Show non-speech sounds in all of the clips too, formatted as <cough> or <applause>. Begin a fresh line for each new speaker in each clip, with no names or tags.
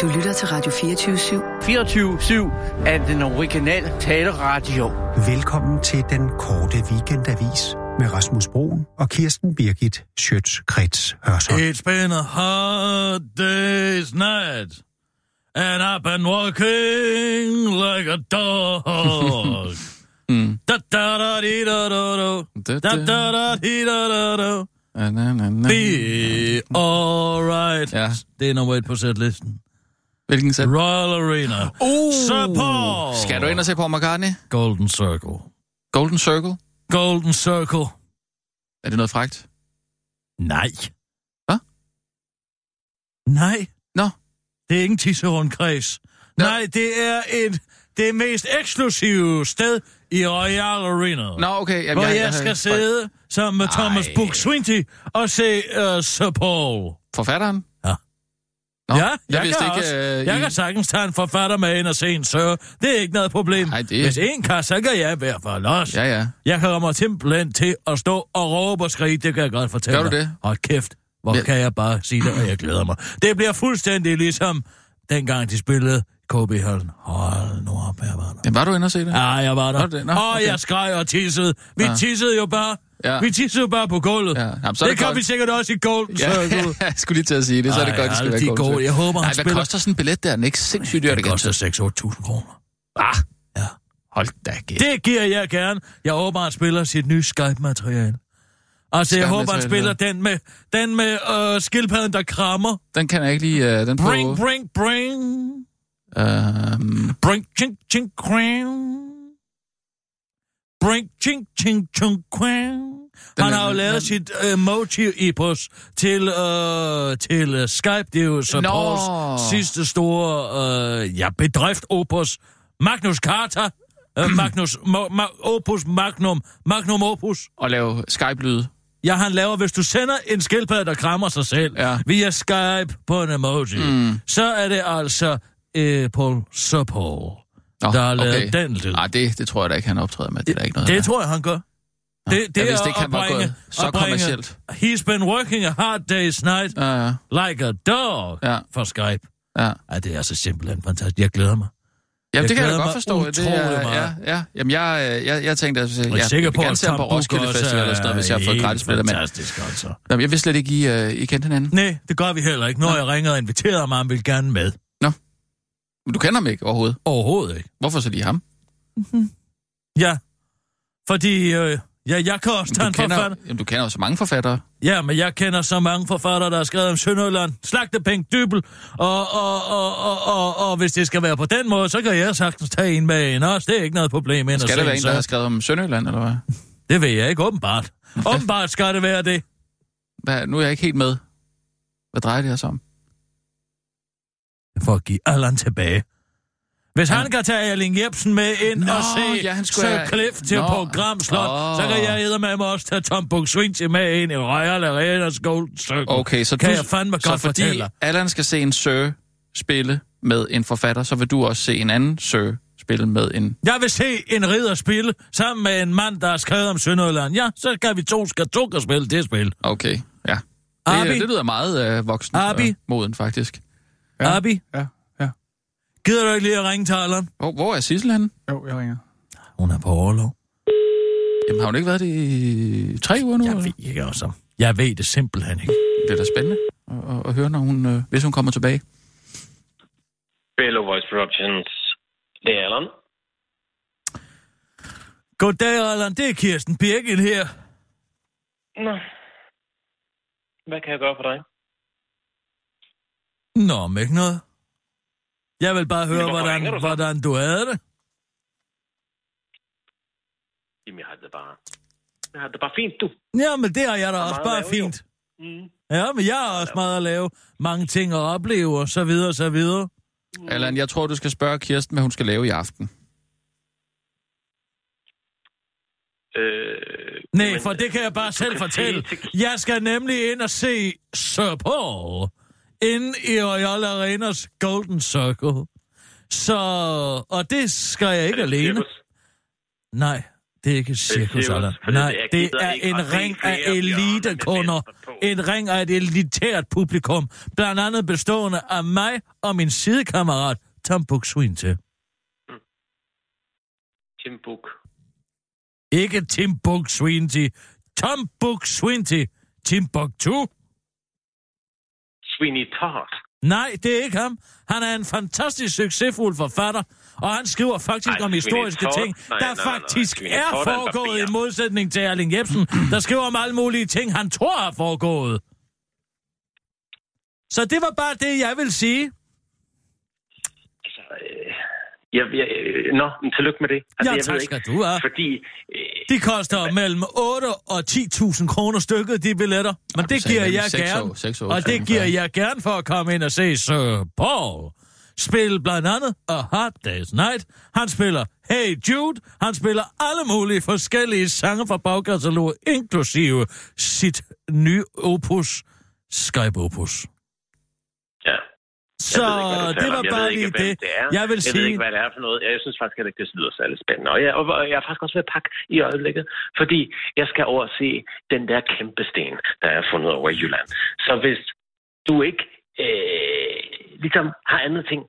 Du lytter til Radio 24-7.
24-7 er den originale taleradio.
Velkommen til den korte weekendavis med Rasmus Broen og Kirsten Birgit Schøtz-Krets Hørsholm.
It's been a hard day's night, and I've been walking like a dog. Da da da dee da da do.
Da,
Da
da.
da da dee da da do.
Na, na, na, na.
Be alright.
Ja.
Det er nummer et på sætlisten.
Hvilken sæt?
Royal Arena. Uh. Support.
Skal du ind og se Paul McCartney?
Golden Circle.
Golden Circle?
Golden Circle.
Er det noget fragt?
Nej.
Hvad?
Nej.
Nå,
Det er ikke en tisserundkreds.
Nå.
Nej, det er et det mest eksklusive sted i Royal Arena.
Nå okay. Jamen,
hvor jeg, jeg skal sidde sammen med Thomas
Ej.
Book Swinty og se uh, Sir Paul.
Forfatteren?
Ja.
Nå,
ja,
jeg,
jeg,
vidste
kan
ikke...
også,
øh,
jeg
I-
kan sagtens tage en forfatter med ind og se en sør. Det er ikke noget problem.
Ej, det-
Hvis en kan, så kan jeg i hvert fald også.
Ja, ja.
Jeg kommer simpelthen til at stå og råbe og skrige, det kan jeg godt fortælle
Gør du
dig.
det?
Og kæft, hvor
Ja.
ja. kan jeg bare sige det, og jeg glæder mig. Det bliver fuldstændig ligesom dengang de spillede KB Hallen. Hold nu op, jeg var der.
Jamen, var du inde og se det?
Ja, jeg var der.
Nå, det- nå,
og
okay.
jeg skreg og tissede. Vi
Ja.
ja. tissede jo bare.
Ja.
Ja. Vi tissede jo bare på gulvet.
Ja.
Ja.
Jamen,
Jamen,
så
så
er
det,
det
det kan
godt.
vi sikkert også i Golden
Ja, <laughs>
Circle.
jeg skulle lige til at sige det, så er det
Ej,
godt, det skal
alle
være
de
Golden
gode.
Circle.
Jeg håber, han
Nej, hvad
spiller-
koster sådan en billet der? Den er ikke sindssygt dyrt,
Det
ikke?
koster 6-8.000 kroner.
Ah, hold da gæld.
Det giver jeg gerne. Jeg håber, han spiller sit nye Skype-materiale. Altså, jeg håber, han spiller
Skype-materiale.
den med, den med øh, skildpadden, der krammer.
Den kan jeg ikke lige... øh, den på...
Bring, bring, bring.
Øhm,
Bring, ching, ching, quang. Bring, ching, ching, ching, quang.
Den
Han
er-
har jo
den-
lavet
den-
sit emoji i pos til, øh, til øh, Skype. Det er jo så
Nå.
Pauls sidste store øh, ja, bedrift, Opus Magnus Carta.
<clears throat>
Øh, Magnus, ma, ma, opus Magnum, Magnum Opus.
og lave Skype-lyde.
Ja, han laver, hvis du sender en skildpadde, der krammer sig selv,
Ja.
via Skype på en emoji, mm. så er det altså øh, Paul Sir Paul,
Nå,
der har lavet den lyd.
Nej, det, det tror jeg da ikke, han optræder med. Det er der ikke noget.
Det tror jeg, han gør. Det, det
jeg vidste
er
ikke, han
at
var
bringe-
gået så
at bringe,
kommercielt.
He's been working a hard day's night
Ja, ja,
like a dog
Ja.
for Skype.
ja.
Ej, det er altså simpelthen fantastisk. Jeg glæder mig.
Jamen,
Jeg
det kan jeg da
glæder
godt
mig
forstå. Det
utrolig
er, ja,
meget.
ja. Jamen, jeg, øh, jeg, jeg tænkte, at jeg,
Jeg er sikker
jeg
på,
vil gerne
at
se ham
Tom
på
Busk
Roskilde
også
Festival, og sådan noget, hvis jeg har fået
helt
gratis billetter. Men
Fantastisk, Mm. altså.
Nå, jeg vidste slet ikke, I, øh, I kendte hinanden.
Nej, det gør vi heller ikke. Når jeg ringer og inviterer ham, han vil gerne med.
Men du kender ham ikke overhovedet.
Overhovedet ikke.
Hvorfor så lige ham?
Ja, fordi øh, ja, jeg kan også tage en
du, kender,
forfatter.
jamen, du kender jo så mange forfattere.
Ja, men jeg kender så mange forfattere, der har skrevet om Sønderjylland, Slagtepænk, Dybel, og, og, og, og, og, og, hvis det skal være på den måde, så kan jeg sagtens tage en med en også. Det er ikke noget problem. End
Skal
at
der
se
være en, der har
så.
skrevet om Sønderjylland, eller hvad?
Det ved jeg ikke,
<laughs>
åbenbart. Åbenbart skal det være det.
hvad? Nu er jeg ikke helt med. Hvad drejer det her sig om?
For at give Allan tilbage. Hvis
Ja.
ja. han kan tage Erling Jebsen med ind
Nå,
og se
ja, han skulle
Sir
have-
Cliff til
Nå.
program
Åh.
så kan jeg æde med også tage Tom Buk Swinty med ind i Royal Arena's Golden Circle.
Okay, så
kan
du,
jeg fandme
så
godt
fordi
fortælle dig.
Allan skal se en sir spille med en forfatter, så vil du også se en anden sir spille med en...
Jeg vil se en ridder spille sammen med en mand, der har skrevet om Sønderjylland. Ja, så kan vi to, skal to kan spille det spil.
Okay, ja. Det,
Abi?
det lyder meget øh, voksen
Abi?
og moden, faktisk.
Ja. Abi,
Ja, ja.
gider du ikke lige at ringe til Allan?
Hvor, hvor er Sissel henne?
Jo, jeg ringer.
Hun er på overlov.
Jamen, har hun ikke været det i tre uger nu?
Jeg
eller?
ved ikke også. Jeg ved det simpelthen ikke.
Det er da spændende at, at, at høre, når hun, øh, hvis hun kommer tilbage.
Bello Voice Productions. Det er Allan.
Goddag, Allan. Det er Kirsten Birgit her.
Nå. Hvad kan jeg gøre for dig?
Nå, men ikke noget. Jeg vil bare høre,
hvorfor ringer
hvordan,
du så?
hvordan du havde det.
Jamen, jeg har det bare... Jeg har det bare fint, du.
Jamen, det har jeg da
er
også
meget
bare
at lave, jo.
fint.
Mm.
Ja, men jeg har også meget at lave. Mange ting at opleve, og så videre, og så videre.
Allan, jeg tror, du skal spørge Kirsten, hvad hun skal lave i aften.
Øh,
Nej,
men-
for det kan jeg bare
Du
selv
kan
fortælle.
sige til-
Jeg skal nemlig ind og se Sir Paul inde i Royal Arenas Golden Circle. Så, og det skal jeg ikke alene.
Cirkus.
Nej, det er ikke
cirkus,
cirkus, Allan.
fordi
Nej,
jeg
det
gider
er
ikke
en
at se
ring af
flere bjørne med
elitekunder.
vester på.
en ring af et elitært publikum, blandt andet bestående af mig og min sidekammerat Tom Buk Swinte.
Tim Buk.
Ikke Tim Buk Swinte. Tom Buk Swinte. Tim Buk
Sweeney Todd.
Nej, det er ikke ham. Han er en fantastisk succesfuld forfatter, og han skriver faktisk
Ej,
om
Sweeney
historiske
Todd.
ting,
Nej,
der
nej, nej, nej.
faktisk
Sweeney Todd er
er
en
foregået
barber.
i modsætning til Erling Jebsen, der skriver om alle mulige ting, han tror er foregået. Så det var bare det, jeg vil sige.
Altså, øh, jeg, jeg, øh, nå, men tillykke med det. Altså,
Ja,
jeg
tak
ved
skal
ikke,
du have.
Fordi, øh,
De koster mellem 8 og 10.000 kroner stykket, de billetter. Men
du
det
sagde
giver
mellem
jeg
seks og- seks
gerne.
og
Og
otte
det giver
tusind,
jeg gerne for at komme ind og se Sir Paul. Spille blandt andet A Hard Day's Night. Han spiller Hey Jude. Han spiller alle mulige forskellige sange fra bagkataloget, inklusive sit nye opus, Skype Opus.
ja.
Så
jeg ved ikke, hvad du taler
det var
om. Jeg ved
bare
ikke,
lige
hvem
det.
er.
Jeg vil
jeg ved
sige,
ikke, hvad det er for noget. Jeg synes faktisk heller ikke, det lyder særlig spændende. Og jeg, og jeg er faktisk også ved at pakke i øjeblikket, fordi jeg skal over og se den der kæmpe sten, der er fundet over i Jylland. Så hvis du ikke øh, ligesom har andet ting...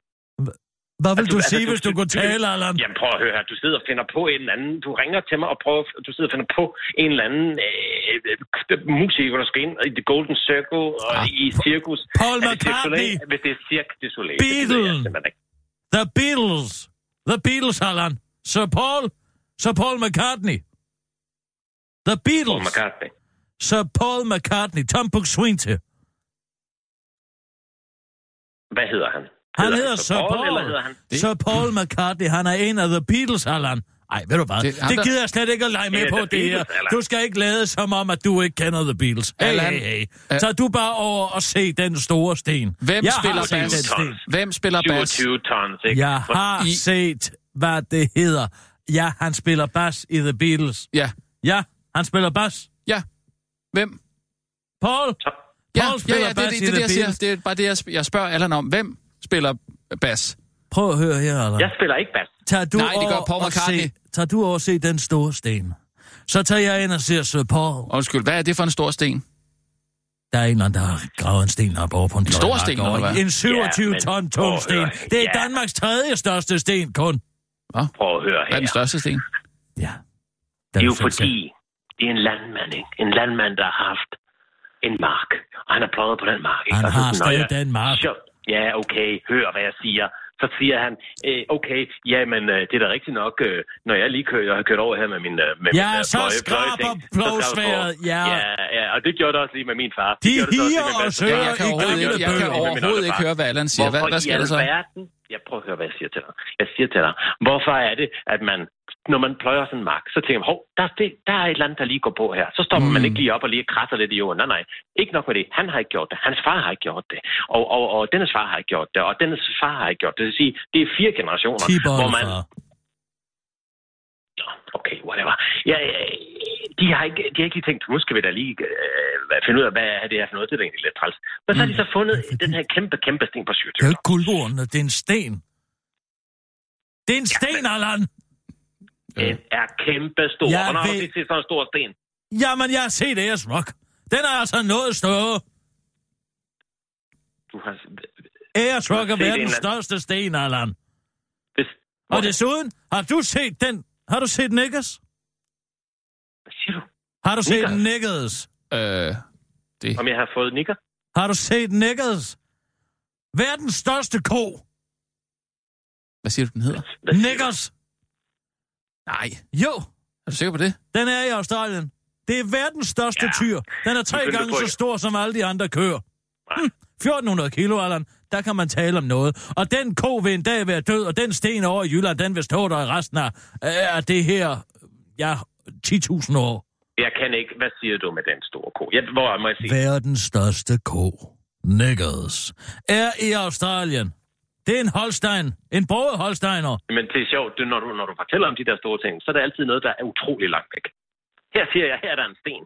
hvad vil
Altså,
du
altså,
sige, hvis du kunne tale, Allan?
Jamen prøv at høre her. Du sidder og finder på en eller anden... Du ringer til mig og prøver... Du sidder og finder på en eller anden øh, øh, musiker, der skal ind i The Golden Circle og i cirkus.
Ah. Paul
Er det Cirque du Soleil?
McCartney.
Hvis det er Cirque du Soleil. det ved jeg
Beatle.
simpelthen ikke.
The Beatles. The Beatles, Allan. Sir Paul. Sir Paul McCartney. The
Paul
Beatles.
McCartney.
Sir Paul McCartney. Tom Buxwinte.
Hvad hedder han?
Han hedder
så
Sir Paul.
Eller hedder han?
Sir Paul McCartney, han er en af The Beatles, Allan. Ej, ved du hvad?
Det er
Det,
ham,
det
der-
gider jeg slet ikke at lege med
Det er
på,
The
det her.
Beatles, Allan.
Du skal ikke lade som om, at du ikke kender The Beatles. Hey,
Allan.
hey, hey.
Al-
Så du bare over og se den store sten.
Hvem
jeg
spiller
har set
bas?
den sten.
Hvem spiller bas?
27 tons, ikke?
Jeg
For-
har
I-
set, hvad det hedder. Ja, han spiller bas i The Beatles.
Ja,
Ja, han spiller bas.
ja. Hvem?
Paul?
Ja,
Paul
ja,
spiller
ja, det,
bas
det,
i
det, det,
The
jeg siger.
Beatles.
det er bare det, jeg, sp- jeg spørger Allan om. Hvem spiller bas?
Prøv at høre her, Allan.
Jeg spiller ikke bas.
Tager du
Nej, det gør
over
Paul
og
McCartney.
Se, tager du over og se den store sten? Så tager jeg ind og ser Sir Paul.
Undskyld, hvad er det for en stor sten?
Der er en eller anden, der har gravet en sten op over på en
stor
løgmark
sten,
over
eller
i-
hvad?
En 27
Ja, men-
ton
Prøv
tung
at
sten.
høre.
Det er
Ja.
Danmarks tredje største sten kun.
Prøv at
Hvad
høre her.
er den største sten?
Ja.
Det
Den
er jo
findes
fordi,
ikke.
det er en landmand, ikke? En landmand, der har haft en mark. Og han har pløjet på den mark, ikke?
Han
Og så
har
sådan, "Nå
stadig
ja,
den mark."
Så, ja, okay, hør hvad jeg siger. Så siger han, øh, okay, jamen, øh, det er da rigtigt nok, øh, når jeg lige kører, jeg har kørt over her med min, øh, med
Ja,
min øh,
så
pløje-
skraber
pløjeting, så
pløjesværet, ja.
ja. Ja, og det gjorde det også lige med min far.
De
det gjorde det så
higer
også lige med
og
bedstefar.
Jeg,
søger
jeg kan
i
overhovedet,
gamle
ikke, jeg kan
bøger.
overhovedet ikke høre, hvad Allan siger. Hvad,
Hvorfor
hvad
i
sker der så?
alverden? Jeg prøver at høre, hvad jeg siger til dig. Jeg siger til dig, hvorfor er det, at man, når man pløjer sådan en mark, så tænker man, hov, der, er det, der er et eller andet, der lige går på her. Så stopper
Hmm.
mm. man ikke lige op og lige krasser lidt i jorden. Nej, nej, ikke nok med det. Han har ikke gjort det. Hans far har ikke gjort det. Og, og, og dennes far har ikke gjort det. Og dennes far har ikke gjort det. Det vil sige, det er fire generationer,
Tipper
hvor man...
far.
Nå, Okay, whatever. Ja, ja, de, har ikke, de har ikke lige tænkt, nu skal vi da lige øh, finde ud af, hvad er det her for noget. Det er da egentlig lidt træls. Men så har de
Hmm.
så fundet den her kæmpe, kæmpe sten på 27.
Det er jo ikke guldhornene, det er en sten. Det er en sten, Allan.
Den er kæmpe stor.
Øh. Jeg
Hvornår har
ved-
du sidst set sådan en stor sten?
Jamen, jeg har set Ayers Rock. Den er altså noget større.
Du har...
Ayers Rock er
set en
verdens
eller
største sten, Allan.
Hvis...
Og desuden, har du set den? Har du set Nickers?
Hvad siger du?
Har du set
Nickers?
Nickers?
Øh, det.
Om jeg har fået nikker?
Har du set Nickers? Verdens største ko.
Hvad siger du, den hedder?
Hvad siger du?
Nickers.
Nej.
Jo,
Er du sikker på det?
den er i Australien. Det er verdens største ja. tyr. Den er tre
Selvfølgelig
gange
tror
så
jeg.
stor som alle de andre køer.
Nej.
Hm, 1400 kilo, Allan. Der kan man tale om noget. Og den ko vil en dag være død, og den sten over i Jylland, den vil stå der i resten af, af det her, ja, 10.000 år.
Jeg kan ikke. Hvad siger du med den store ko? Jeg, hvor må jeg sige?
Verdens største ko, Niggers, er i Australien. Det er en Holstein, en broget Holsteiner.
Men det er sjovt, det, når, du, når du fortæller om de der store ting, så er det altid noget, der er utrolig langt væk. Her siger jeg, her er der en sten.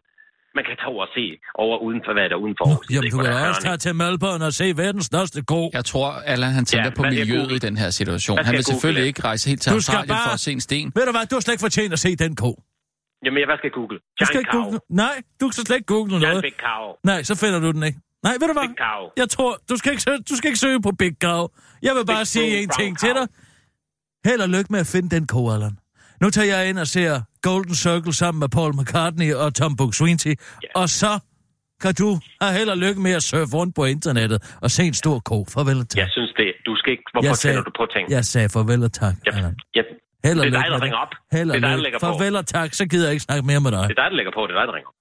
Man kan tage over og se over udenfor, hvad er der udenfor. Aarhus. Jeg ved
Jamen,
ikke,
du
hvor
kan
der er
da også tage
Hørning.
til Melbourne og se verdens største ko.
Jeg tror, Allan han tænker
Ja,
på
hvad er det,
miljøet
Google?
i den her situation.
Hvad
Han
skal
vil
Google?
selvfølgelig ikke rejse helt til
Du skal
Australien
bare-
for at se en sten.
Ved du hvad, du har slet ikke fortjent at se den ko.
Jamen, jeg- hvad skal jeg google?
Du skal
Jan
ikke
Kau.
google. Nej, du skal slet ikke google
Jan
noget.
Bæk Kau.
Nej, så finder du den ikke. Nej, ved du hvad?
Big Cow.
Jeg tror, du skal ikke søge, du skal ikke søge på Big Cow. Jeg vil bare
Big
sige
Blue
en
Brown
ting til dig. Held og lykke med at finde den koalan. Nu tager jeg ind og ser Golden Circle sammen med Paul McCartney og Tom Buk-Swienty, og så kan du have held og lykke med at surfe rundt på internettet og se en stor ko. Farvel og tak.
Jeg synes det. Du skal ikke... Hvorfor tænder du på ting?
jeg sagde farvel og tak,
Jeg,
Allan.
jeg,
Held og
det er dig,
lykke
der
med
ringer op.
Held
Det
og
er dig, der
lykke.
lægger på.
Farvel og tak, så gider jeg ikke snakke mere med dig.
Det er dig, der lægger på. Det er dig, der ringer.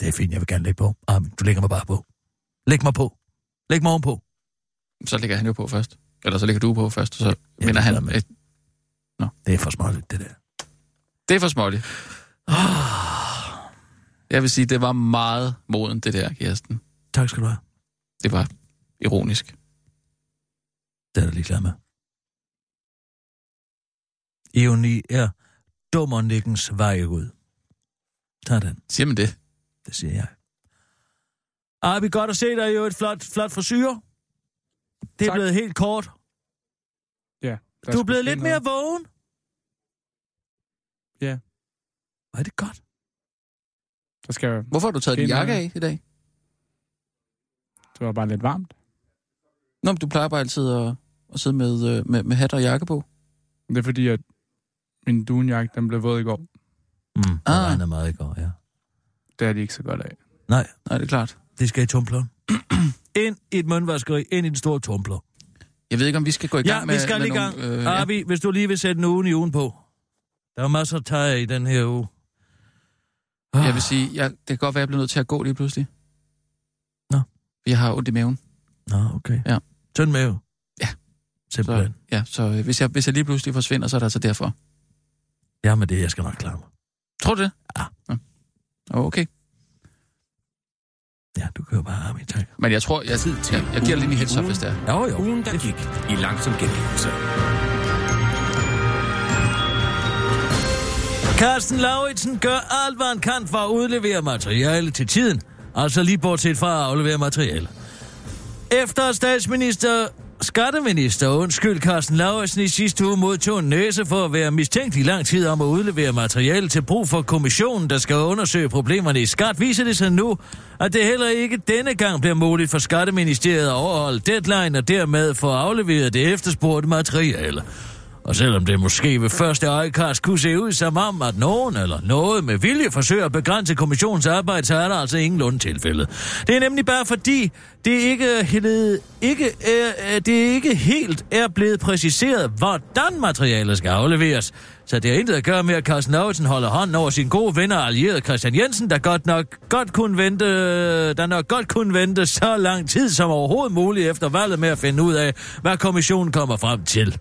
Det er fint, jeg vil gerne lægge på. Ah, men du lægger mig bare på. Læg mig på. Læg mig ovenpå.
Så ligger han jo på først. Eller så ligger du på først, og så
Ja,
vinder
det
han. Øh,
gør man.
Et...
Det er for småligt, det der.
Det er for småligt. Jeg vil sige, det var meget moden, det der, Kirsten.
Tak skal du have.
Det var ironisk.
Det er jeg ligeglad med. Ironi er dummernikkens vej ud. Tag den,
Siger man det?
det siger jeg. Ah, vi er godt at se dig i et flot, flot forsyre. Det er
Tak.
blevet helt kort.
Ja. der
Du er
skulle
blevet
ske
lidt
noget.
mere vågen.
Ja.
Var det godt?
Der skal,
Hvorfor har du taget din
Det er
jakke
noget.
af i dag?
det var bare lidt varmt.
Nå, men du plejer bare altid at, at sidde med, øh, med, med hat og jakke på.
Det er fordi, at min dunjakke, den blev våd i går.
Mm, det
Ah.
regnede meget i går, ja.
Det er de ikke så godt af.
Nej,
Nej, det er klart.
det skal i tumpleren. <clears throat> ind i et mundvaskeri, ind i den store tumpler.
Jeg ved ikke, om vi skal gå i gang
Ja,
med
vi skal
med
i gang.
Nogle,
Øh,
øh, ja.
Arbi, hvis du lige vil sætte en ugen i ugen på. Der er masser at tage af i den her uge. Ah,
Jeg vil sige, jeg, det kan godt være, jeg bliver nødt til at gå lige pludselig.
Nå.
Jeg har ondt i maven.
Nå, okay.
Ja.
Tynd mave.
Ja. Så,
Simpelthen. Så...
ja, så øh, hvis, jeg, hvis jeg lige pludselig forsvinder, så er det altså derfor.
Ja, men det jeg skal nok klare mig.
Tror du det? Ja. Okay.
Ja, du kører bare Arbi, tak.
Men jeg tror, jeg, jeg, jeg giver lige en heads up, hvis det er.
Jo, jo.
Ugen, der gik i langsom gengivelse.
Carsten Lauritsen gør alt, hvad han kan for at udlevere materiale til tiden. Altså lige bortset fra at aflevere materiale. Efter at statsminister Skatteminister, undskyld, Carsten Lauritsen i sidste uge modtog en næse for at være mistænkt i lang tid om at udlevere materiale til brug for kommissionen, der skal undersøge problemerne i skat, viser det sig nu, at det heller ikke denne gang bliver muligt for Skatteministeriet at overholde deadline og dermed få afleveret det efterspurgte materiale. Og selvom det måske ved første øjekast kunne se ud som om, at nogen eller noget med vilje forsøger at begrænse kommissionens arbejde, så er der altså ingenlunde tilfældet. Det er nemlig bare fordi, det ikke, er hele- ikke, er, er- det ikke helt er blevet præciseret, hvordan materialet skal afleveres. Så det har intet at gøre med, at Carsten Lauritsen holder hånden over sin gode ven og allierede Christian Jensen, der godt nok godt kunne vente, der nok godt kunne vente så lang tid som overhovedet muligt efter valget med at finde ud af, hvad kommissionen kommer frem til.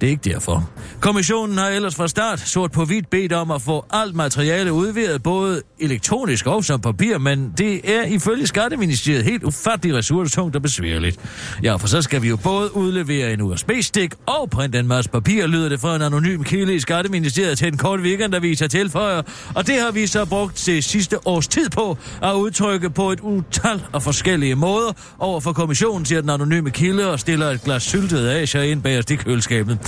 Det er ikke derfor. Kommissionen har ellers fra start sort på hvidt bedt om at få alt materiale udvidet, både elektronisk og som papir, men det er ifølge Skatteministeriet helt ufattelig ressourcetungt og besværligt. Ja, for så skal vi jo både udlevere en USB-stik og printe en masse papir, lyder det fra en anonym kilde i Skatteministeriet til en kort weekendavis at tilføjer, og det har vi så brugt til sidste års tid på at udtrykke på et utal af forskellige måder over for kommissionen, siger den anonyme kilde og stiller et glas syltet asier ind bagerst i køleskabet.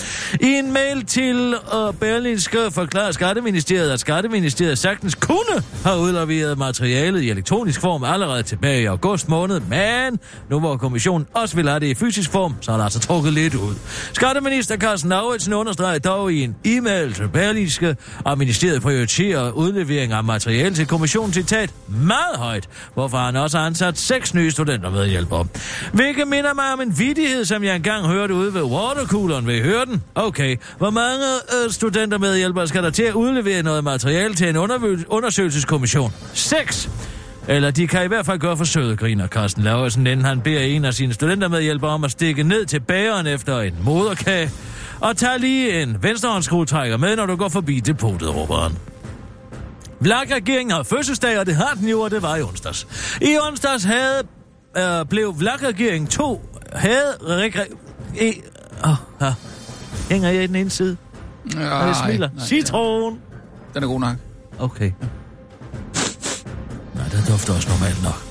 I en mail til øh, Berlinske forklarer Skatteministeriet, at Skatteministeriet sagtens kunne have udleveret materialet i elektronisk form allerede tilbage i august måned, men nu hvor kommissionen også vil have det i fysisk form, så er der altså trukket lidt ud. Skatteminister Carsten Lauritsen understreger dog i en e-mail til Berlingske, at ministeriet prioriterer udlevering af materiale til kommissionen citat meget højt, hvorfor han også har ansat seks nye studenter med hjælpere. Hvilket minder mig om en vidighed, som jeg engang hørte ude ved watercooleren. Vil I høre den? Okay. Hvor mange øh, studenter med hjælpere skal der til at udlevere noget materiale til en undervø- undersøgelseskommission? Seks! Eller de kan i hvert fald gøre for søde griner, Carsten Laversen, inden han beder en af sine studentermedhjælpere om at stikke ned til bageren efter en moderkage. Og tag lige en venstrehåndsskruetrækker med, når du går forbi depotet, råber han. VLAG-regeringen har fødselsdag, og det har den jo, og det var i onsdags. I onsdags havde, øh, blev VLAG-regeringen to, havde... Regre, e, oh, ah, hænger jeg i den ene side? Og jeg
Ej,
smiler.
nej,
Citron!
ja. Den er god nok.
Okay. Nej, den dufter også normalt nok.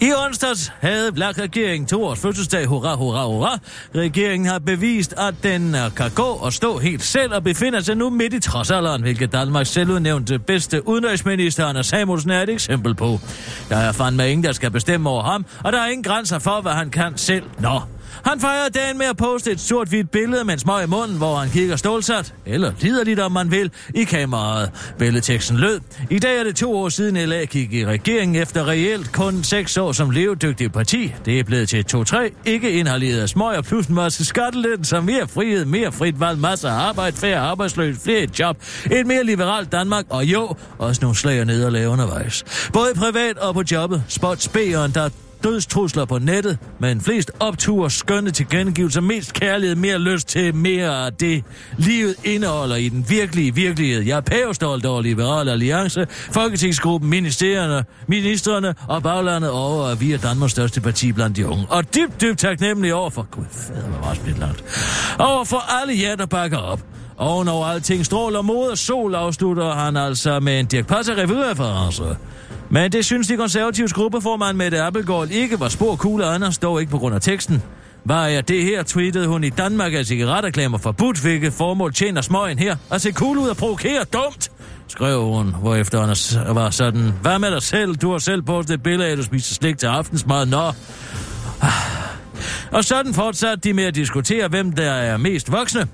I I onsdags havde Black-regeringen to års fødselsdag. Hurra, hurra, hurra. Regeringen har bevist, at den øh, kan gå og stå helt selv og befinder sig nu midt i trodsalderen, hvilket Danmarks selvudnævnte bedste udenrigsminister Anders Samuelsen er et eksempel på. Der er fandme ingen, der skal bestemme over ham, og der er ingen grænser for, hvad han kan selv. Nå, han fejrer dagen med at poste et sort-hvidt billede med en smøg i munden, hvor han kigger stålsat, eller liderligt om man vil, i kameraet. Billedteksten lød. I dag er det to år siden LA gik i regeringen efter reelt kun seks år som levedygtig parti. Det er blevet til 2-3, ikke inhaleret af smøg og plus en masse skattelettelser, mere frihed, mere frit valg, masser af arbejde, færre arbejdsløse, flere i job, et mere liberalt Danmark, og jo, også nogle slag og nederlag undervejs. Både privat og på jobbet. Spot spæren, der dødstrusler på nettet, men flest opture, skønne tilkendegivelser, mest kærlighed, mere lyst til mere af det, livet indeholder i den virkelige virkelighed. Jeg er pævestolt over Liberal Alliance, Folketingsgruppen, ministerierne, ministerne og baglandet over, at vi er Danmarks største parti blandt de unge. Og dybt, dybt taknemmelig over for... Gud, fader, var også lidt langt. Over for alle jer, der bakker op. Oven over alting stråler mod og sol afslutter han altså med en Dirk Passer revyreference. Men det synes de konservatives gruppeformand Mette Appelgaard ikke var spor cool af Anders, dog ikke på grund af teksten. Var jeg det her, tweetede hun i Danmark er cigaretreklamer forbudt, hvilket formål tjener smøgen her. At se cool ud og provokere dumt, skrev hun, hvorefter Anders var sådan. Hvad med dig selv? Du har selv postet et billede af, at du spiser slik til aftensmad. Nå, og sådan fortsatte de med at diskutere, hvem der er mest voksne.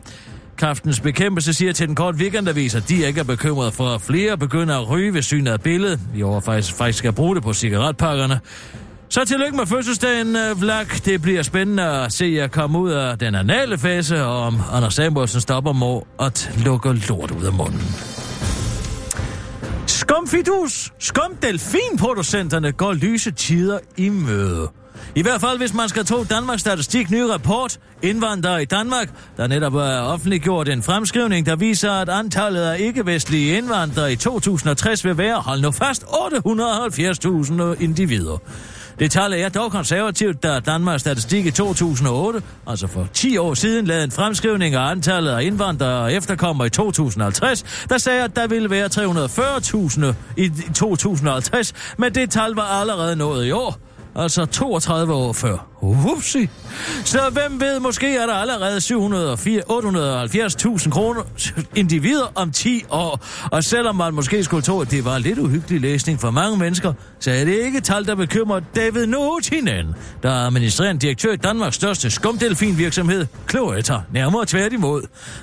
Kraftens bekæmpelse siger til den korte weekendavis, at de ikke er bekymret for, at flere begynder at ryge ved synet af billedet. Vi over faktisk, faktisk at bruge det på cigaretpakkerne. Så tillykke med fødselsdagen, øh, Vlak. Det bliver spændende at se jer komme ud af den anale fase, og om Anders Samuelsen stopper må at lukke lort ud af munden. Skumfidus, skumdelfinproducenterne går lyse tider i møde. I hvert fald, hvis man skal tro Danmarks Statistik nye rapport, Indvandrere i Danmark, der netop er offentliggjort en fremskrivning, der viser, at antallet af ikke-vestlige indvandrere i 2060 vil være, hold nu fast, 870.000 individer. Det tal er dog konservativt, da Danmarks Statistik i 2008, altså for 10 år siden, lavede en fremskrivning af antallet af indvandrere og efterkommere i 2050, der sagde, at der ville være 340.000 i 2050, men det tal var allerede nået i år. Altså 32 år før. Upsi. Så hvem ved, måske er der allerede 704 870.000 kroner individer om 10 år. Og selvom man måske skulle tro, at det var lidt uhyggelig læsning for mange mennesker, så er det ikke et tal, der bekymrer David Nuhutinen, der er administrerende direktør i Danmarks største skumdelfinvirksomhed, Cloetta. Nærmere tværtimod.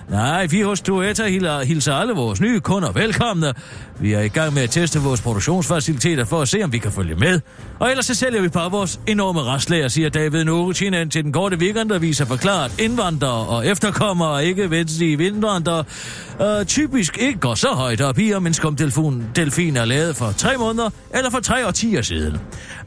Nej, vi hos Cloetta hilser- hilser alle vores nye kunder velkomne. Vi er i gang med at teste vores produktionsfaciliteter for at se, om vi kan følge med. Og ellers så sælger vi bare vores enorme restlager, siger David Norutinen til den korte weekendavis og forklarer, at indvandrere og efterkommere og ikke vestlige indvandrere øh, typisk ikke går så højt op i, om en skumdelfin delfin er lavet for tre måneder eller for tre årtier siden.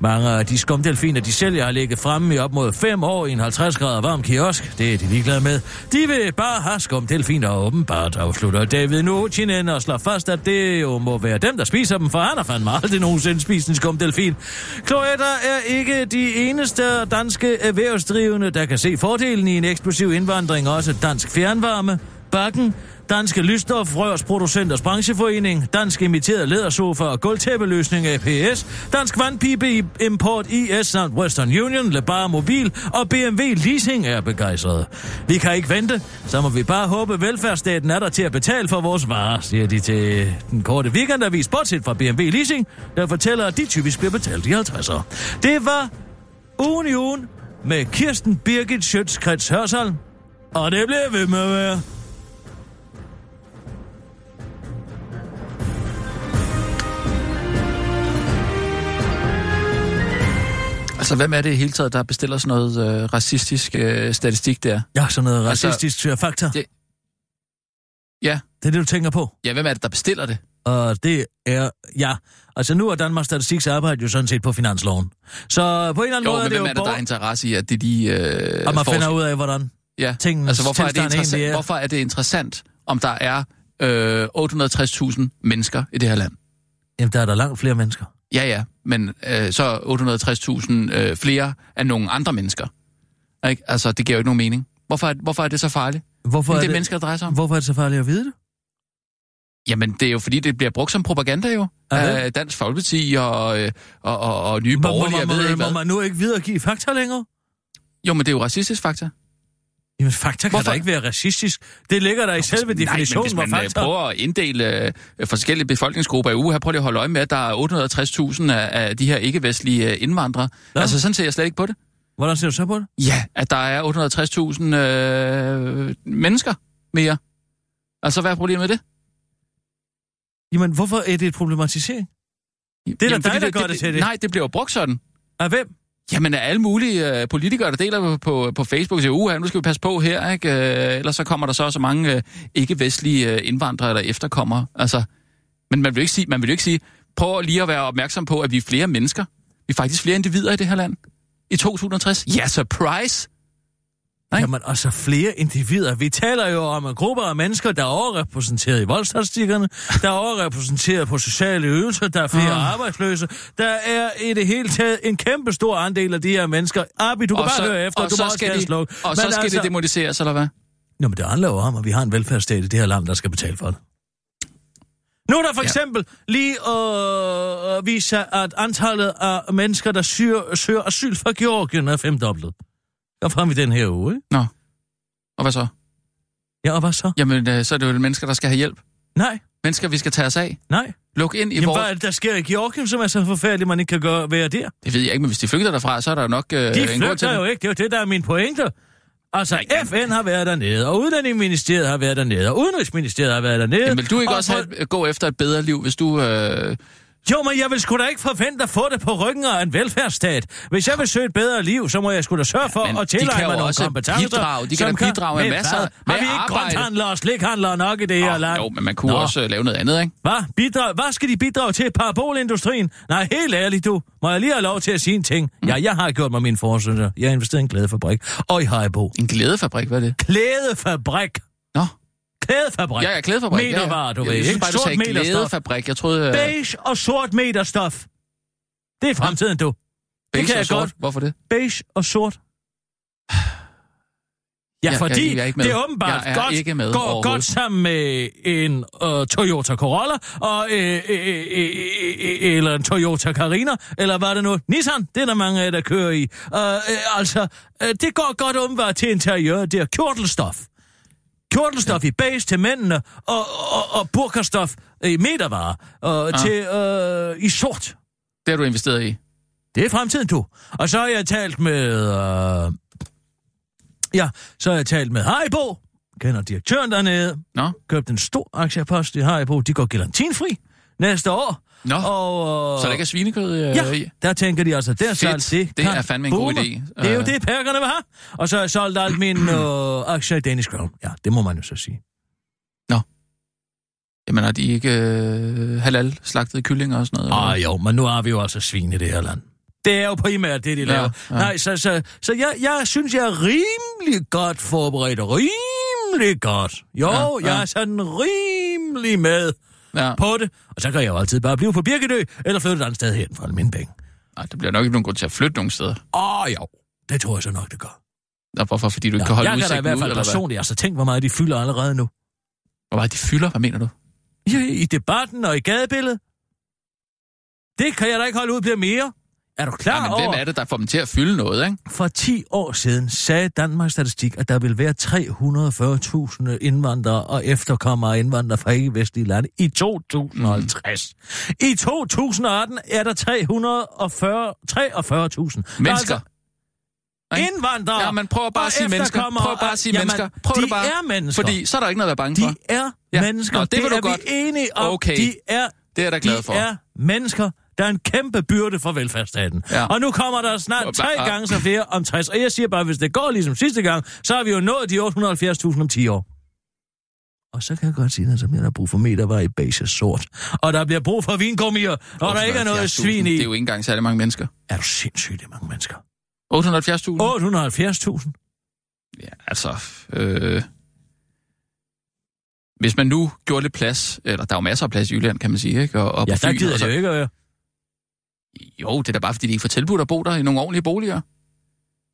Mange af de skumdelfiner, de sælger, har ligget fremme i op mod fem år i en 50 grader varm kiosk. Det er de ligeglade med. De vil bare have skumdelfiner åbenbart, afslutter David Norutinen og slår fast, at det jo må være dem, der spiser dem, for han har fandme aldrig nogensinde spist en skumdelfin. Kloetter er ikke de eneste danske erhvervsdrivende, der kan se fordelen i en eksplosiv indvandring, også dansk fjernvarme, bakken, Danske Lysstof, Rørsproducenters Brancheforening, Dansk Imiteret Lædersofa og Gulvtæppeløsning APS, Dansk Vandpipe Import IS samt Western Union, Lebar Mobil og BMW Leasing er begejstrede. Vi kan ikke vente, så må vi bare håbe, velfærdsstaten er der til at betale for vores varer, siger de til den korte weekendavis, bortset fra BMW Leasing, der fortæller, at de typisk bliver betalt i 50'er. Det var ugen i ugen med Kirsten Birgit Schøtz-Krets Hørsholm, og det bliver ved med at være.
Altså, hvem er det i hele taget, der bestiller sådan noget øh, racistisk øh, statistik der?
Ja, sådan noget
Altså,
racistisk altså, fakta. Det...
det- Ja.
Det er det, du tænker på.
Ja, hvem er det, der bestiller det?
Og det er, ja. Altså nu er Danmarks Statistiks arbejde jo sådan set på finansloven. Så på en eller anden
Jo,
måde
men
er det
hvem
jo
er det, der har
borger-
interesse i, at de lige... Øh,
og man
forsker-
finder ud af, hvordan.
ja.
tingenes
altså, hvorfor er, det
tilstand egentlig
interessant,
er.
hvorfor er det interessant, om der er øh, 860.000 mennesker i det her land?
Jamen, der er der langt flere mennesker.
Ja, ja, men øh, så 860.000 øh, flere af nogle andre mennesker. Ikke? Altså, det giver jo ikke nogen mening. Hvorfor er, hvorfor er det så farligt?
Hvorfor
Men
er
det er
det,
mennesker, der drejer sig om.
hvorfor er det så farligt at vide det?
Jamen, det er jo fordi, det bliver brugt som propaganda jo.
Er det?
Af Dansk Folkeparti og, øh, og, og, og Nye
Må, må,
Borgerlige,
må,
jeg
må,
ved ikke
må,
hvad.
man nu ikke videregive fakta længere?
Jo, men det er jo racistisk fakta.
Jamen, fakta kan
Hvorfor?
da ikke være racistisk. Det ligger der i selve
Nej, men
definitionen,
hvis
hvor
man øh,
fakta...
prøver at inddele øh, forskellige befolkningsgrupper i uge, her prøver lige at holde øje med, at der er 860.000 af, af de her ikke-vestlige øh, indvandrere.
Nå.
Altså, sådan ser jeg slet ikke på det.
Hvordan ser du så på det?
Ja, at der er 860.000 øh, mennesker mere. Altså, hvad er problemet med det?
Jamen, hvorfor er det et problematisering? da dig,
fordi
der gør det til det.
Nej, det bliver jo brugt sådan.
Af hvem?
Jamen, er alle mulige øh, politikere, der deler på, på, på Facebook, og siger, uha, nu skal vi passe på her, ikke? Øh, ellers så kommer der så og så mange øh, ikke-vestlige øh, indvandrere eller efterkommere. Altså, men man vil jo ikke sige, man vil jo ikke sige, prøv lige at være opmærksom på, at vi er flere mennesker. Vi er faktisk flere individer i det her land. I 2060. Ja, surprise! Nej.
Jamen, altså flere individer. Vi taler jo om en gruppe af mennesker, der er overrepræsenteret i voldstatistikkerne, der er overrepræsenteret på sociale ydelser, der er flere
Ah.
arbejdsløse, der er i det hele taget en kæmpe stor andel af de her mennesker. Abi, du kan bare høre efter,
og
du
så
må også
skal
gerne
de-
slukke.
Og så
Men
skal altså... det demoniseres, eller hvad?
Nå, men det handler jo om, at vi har en velfærdsstat i det her land, der skal betale for det. Nu er der for
Ja.
eksempel lige øh, at vise sig, at antallet af mennesker, der søger, søger asyl fra Georgien, er femdoblet. Der frem i den her uge, ikke?
Nå. Og hvad så?
Ja, og hvad så?
Jamen, øh, så er det jo mennesker, der skal have hjælp.
Nej,
Mennesker, vi skal tage os af.
nej.
Luk ind i
Jamen,
vores...
hvad er det, der sker i Georgien, som er så forfærdeligt, man ikke kan gøre, være der?
Det ved jeg ikke, men hvis de flygter derfra, så er der jo nok øh,
De
en grund til
flygter
det.
jo ikke, det er jo det, der er min pointe. Altså, FN har været dernede, og Udlændingeministeriet har været dernede, og Udenrigsministeriet har været dernede.
Jamen, vil du ikke
og
også
for-
have, et- gå efter et bedre liv, hvis du... Øh...
Jo, men jeg vil sgu da ikke forvente at få det på ryggen af en velfærdsstat. Hvis jeg vil søge et bedre liv, så må jeg sgu da sørge for
men
at
de kan
tilegne
jo
mig nogle
også
kompetencer.
bidrage. De kan
som
da bidrage med masser
hvad?
med
Har vi ikke
arbejde.
grønthandlere og slikhandlere nok i det her land?
Jo, men man kunne
Nå.
Nå. også øh, lave noget andet, ikke?
Hvad? Bidrag? Hvad skal de bidrage til? Parabolindustrien? Nej, helt ærligt du. Må jeg lige have lov til at sige en ting?
Mm.
Ja, jeg har gjort mig mine forsøgelser. Jeg har investeret i en glædefabrik. Og i Haribo.
En glædefabrik, hvad er det?
Glædefabrik.
Nå,
Klædefabrik.
ja, ja, glædefabrik. ja, ja.
Metervarer, du
jeg,
ved,
Jeg synes
ikke?
bare, du
Sort
sagde
meterstof.
glædefabrik. Jeg troede... Øh,
Beige og sort meterstof. Det er fremtiden, du.
beige
kan
og
jeg
sort.
godt.
Hvorfor det?
beige og sort. Ja,
Jeg-
fordi
jeg- jeg er ikke med.
det er åbenbart
Jeg er
godt,
ikke med
går
overhovedet.
godt sammen med en øh, Toyota Corolla, og, øh, øh, øh, øh, øh, eller en Toyota Carina, eller hvad er det nu? Nissan, det er der mange af jer, der kører i. Øh, øh, altså, øh, det går godt åbenbart til interiør, det er kjortelstof. Kjortelstof ja. i beige til mændene, og, og, og burkastof i metervarer
Ah.
øh, til, øh, i sort.
Det har du investeret i.
Det er fremtiden, du. Og så har jeg talt med... Øh... Ja, så har jeg talt med Haribo. Kender direktøren dernede.
Nå?
Købt en stor aktiepost i Haribo. De går gelantinfri næste år.
Nå.
Og, øh...
Så der ikke er svinekød øh,
Ja,
i?
der tænker de altså, der er
Fedt.
solgt det.
Det er
kan
fandme en god
boome.
idé.
Det er jo
Øh.
det, perkerne vil have. Og så har jeg solgt alt min øh, aktier i Danish Crown. Ja, det må man jo så sige.
Jamen, har de ikke øh, halal-slagtede kyllinger og sådan noget? eller hvad?
Ah, jo, men nu har vi jo altså svin i det her land. Det er jo primært det, de
Ja,
laver.
ja.
Nej, så, så, så jeg, jeg synes, jeg er rimelig godt forberedt. Rimelig godt. Jo,
Ja,
ja, jeg
ja.
er sådan rimelig med
Ja.
på det. Og så kan jeg jo altid bare blive på Birkedø, eller flytte et andet sted hen for mine penge.
Nej, der bliver nok ikke nogen grund til at flytte nogen steder.
Åh, oh, jo. Det tror jeg så nok, det gør.
Nå, hvorfor? Fordi du ikke kan holde
jeg kan da i
udsigten
hvert
ud,
fald
eller hvad?
personligt, altså tænk, hvor meget de fylder allerede nu.
Hvor meget de fylder? Hvad mener du?
Ja, i debatten og i gadebilledet. Det kan jeg da ikke holde ud bliver mere. Er du klar
Ja, men
over...
hvem er det, der får dem til at fylde noget, ikke?
For 10 år siden sagde Danmarks Statistik, at der ville være 340.000 indvandrere og efterkommere af indvandrere fra ikke-vestlige lande i 2050. Mm. I 2018 er der 340 43.000.
Mennesker.
Altså indvandrere
Ja, men prøv bare
og
at sige mennesker.
efterkommere.
Prøv bare at sige
Jamen,
mennesker. Prøv
de
det bare.
er mennesker.
Fordi så er der ikke noget at være bange for.
De er
Ja.
mennesker.
Nå, det vil du
er
godt.
vi enige om.
Okay.
De er,
Det er jeg da glad for.
De er mennesker. Der er en kæmpe byrde for velfærdsstaten.
Ja.
Og nu kommer der snart
Og
tre
bare-
gange så flere om 60. Og jeg siger bare, hvis det går ligesom sidste gang, så har vi jo nået de 870.000 om 10 år. Og så kan jeg godt sige, at så bliver der brug for metervej i beige og sort. Og der bliver brug for vingummier, og der ikke er noget
870.000,
svin i.
Det er jo ikke engang særlig mange mennesker.
Er du sindssygt, det er mange mennesker.
870.000?
870.000.
Ja, altså... Øh... Hvis man nu gjorde lidt plads, eller der er jo masser af plads i Jylland, kan man sige, ikke? Og, og
Ja,
på
der
Fyn,
gider
og så-
jeg jo ikke at
Jo, det er da bare, fordi de ikke får tilbudt at bo der i nogle ordentlige boliger.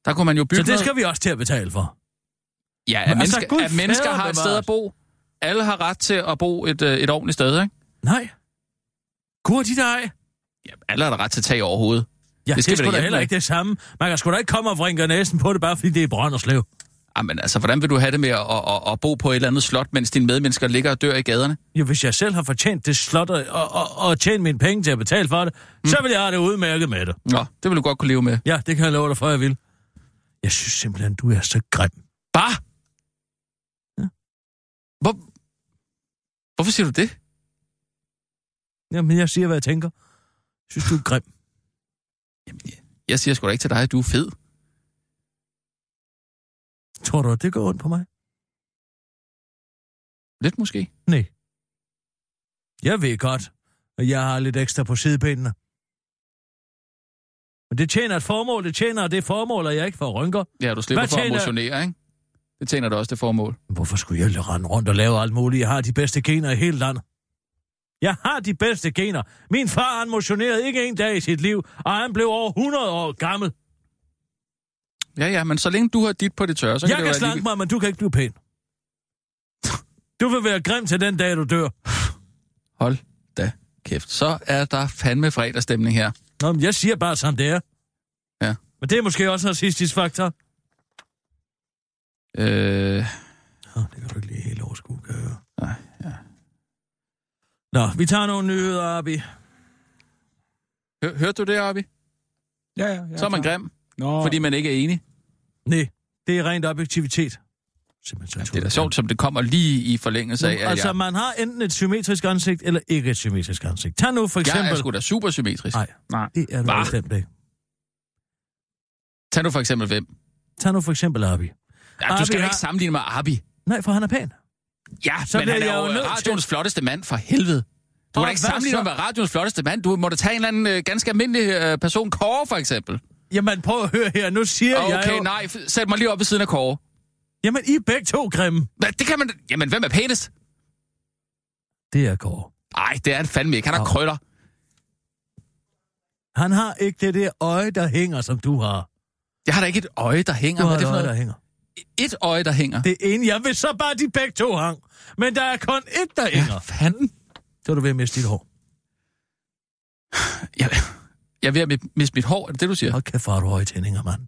Der kunne man jo bygge
Så det
noget-
skal vi også til at betale for.
Ja,
Men
at
altså,
mennesker,
Gud
at mennesker
fader
har et
bevares.
sted at bo. alle har ret til at bo et, øh, et ordentligt sted, ikke?
Nej. Kur de dig?
Ja, alle har da ret til tag over hovedet.
Ja, det,
Det skal
skal det
vi da
er sgu da
hjælpe
heller
med.
ikke det samme. Man kan sgu da ikke komme og vrænke næsen på det, bare fordi det er Brønderslev.
Jamen altså, hvordan vil du have det med at, at, at, at bo på et eller andet slot, mens dine medmennesker ligger og dør i gaderne?
Jo, hvis jeg selv har fortjent det slot og, og, og, og tjent mine penge til at betale for det, mm. så vil jeg have det udmærket med det.
Nå, det vil du godt kunne leve med.
Ja, det kan jeg love dig for, jeg vil. Jeg synes simpelthen, du er så grim.
Bare? Hvor... Hvorfor siger du det?
Jamen, jeg siger, hvad jeg tænker. Jeg synes, du er grim.
Jeg siger sgu da ikke til dig, at du er fed.
Tror du, at det går ondt på mig?
Lidt måske.
Nej. Jeg ved godt, at jeg har lidt ekstra på sidebenene. Men det tjener et formål, det tjener det formål, at jeg ikke får rynker.
Ja, du slipper
Hvad
for at
tjener-
motionere, ikke? Det tjener da også det formål.
Hvorfor skulle jeg rende rundt og lave alt muligt? Jeg har de bedste gener i hele landet. Jeg har de bedste gener. Min far, han motionerede ikke en dag i sit liv, og han blev over 100 år gammel.
Ja, ja, men så længe du har dit på det tørre,
Så
så
jeg
kan
kan,
det jo
slanke mig, men du kan ikke blive pæn. Du vil være grim til den dag, du dør.
Hold da kæft. Så er der fandme fredagsstemning her.
Nå, men jeg siger bare, som det er.
Ja.
Men det er måske også en racistisk faktor.
Øh,
Nå, det kan du ikke lige helt overskue, kan jeg høre.
Nej,
ja. Nå, vi tager nogle nyheder, Abi.
hør, hørte du det, Arbi?
Ja, ja. ja
Så er man
tak.
grim,
Nå,
fordi man ikke er enig.
Nej, det er rent objektivitet. Simpelthen, så
Det er da sjovt, som det kommer lige i forlængelse af, at
Sag, altså,
jeg,
man har enten et symmetrisk ansigt, eller ikke et symmetrisk ansigt. Tag nu for
jeg
eksempel...
er sgu da supersymmetrisk.
Nej,
Nej.
det er du
Hva?
bestemt ikke.
Tag nu for eksempel hvem?
Tag nu for eksempel Abi.
Ja, du
Arbi
skal da
har-
ikke sammenligne med Arbi.
Nej, for han er pæn.
Ja,
Så
så men
bliver
han
jeg
er
jo
jo
nødt til-
radioens flotteste mand, for helvede. Du
Og
kan da ikke
hvad
sammenligne
så?
ham med radioens flotteste mand. Du må da tage en eller anden øh, ganske almindelig øh, person, Kåre for eksempel.
Jamen, prøv at høre her. Nu siger jeg
Ah, Okay,
jo...
nej, f- sæt mig lige op ved siden af Kåre.
Jamen, I er begge to grimme.
Hvad, det kan man... Jamen, hvem er pænest?
Det er Kåre.
Nej, det er han fandme ikke. Han har
Nå.
krøller.
Han har ikke det der øje, der hænger, som du har.
Jeg har da ikke et øje, der hænger.
Du
Hvad
har et
er det for
øje, der
noget?
hænger.
Et øje, der hænger.
Det ene, jeg vil så bare de begge to hang. Men der er kun et, der hænger.
fanden?
Så er du ved at miste dit hår.
Jeg, jeg er ved at miste mit hår. Er det det, du siger?
Hold kæft, hvor har du høje tændinger, mand.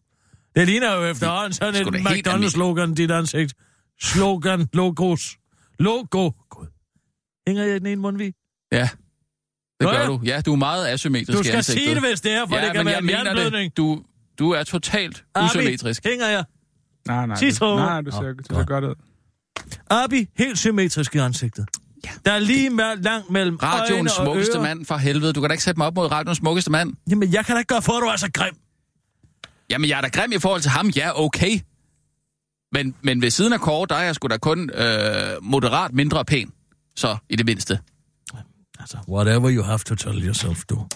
Det ligner jo efterhånden sådan
sgu
et
da helt
McDonald's-slogan, dit ansigt. Slogan, logos. Logo. God. Hænger jeg i den ene mundvig?
Ja. Det
Nå
gør
ja.
du. Ja, du er meget asymmetrisk
Du
i
skal
ansigtet.
sige det, hvis det er, for
ja,
det kan
men
være
jeg
en
mener
jernblødning.
det. Du, du er totalt usymmetrisk.
hænger jeg.
nej, nej.
Citron.
Du, nej, du ser,
Nå,
du ser
godt.
godt ud.
Abi, helt symmetrisk i ansigtet. Ja. Der er lige mere langt mellem
Radioens
øjne og
smukkeste
ører.
mand, for helvede. Du kan da ikke sætte mig op mod radioens smukkeste mand.
Jamen, jeg kan da ikke gøre for, at du er så grim.
Jamen, jeg er da grim i forhold til ham. Ja, okay. Men, men ved siden af Kåre, der er jeg sgu da kun øh, moderat mindre pæn. Så, i det mindste.
Altså, whatever you have to tell yourself, du.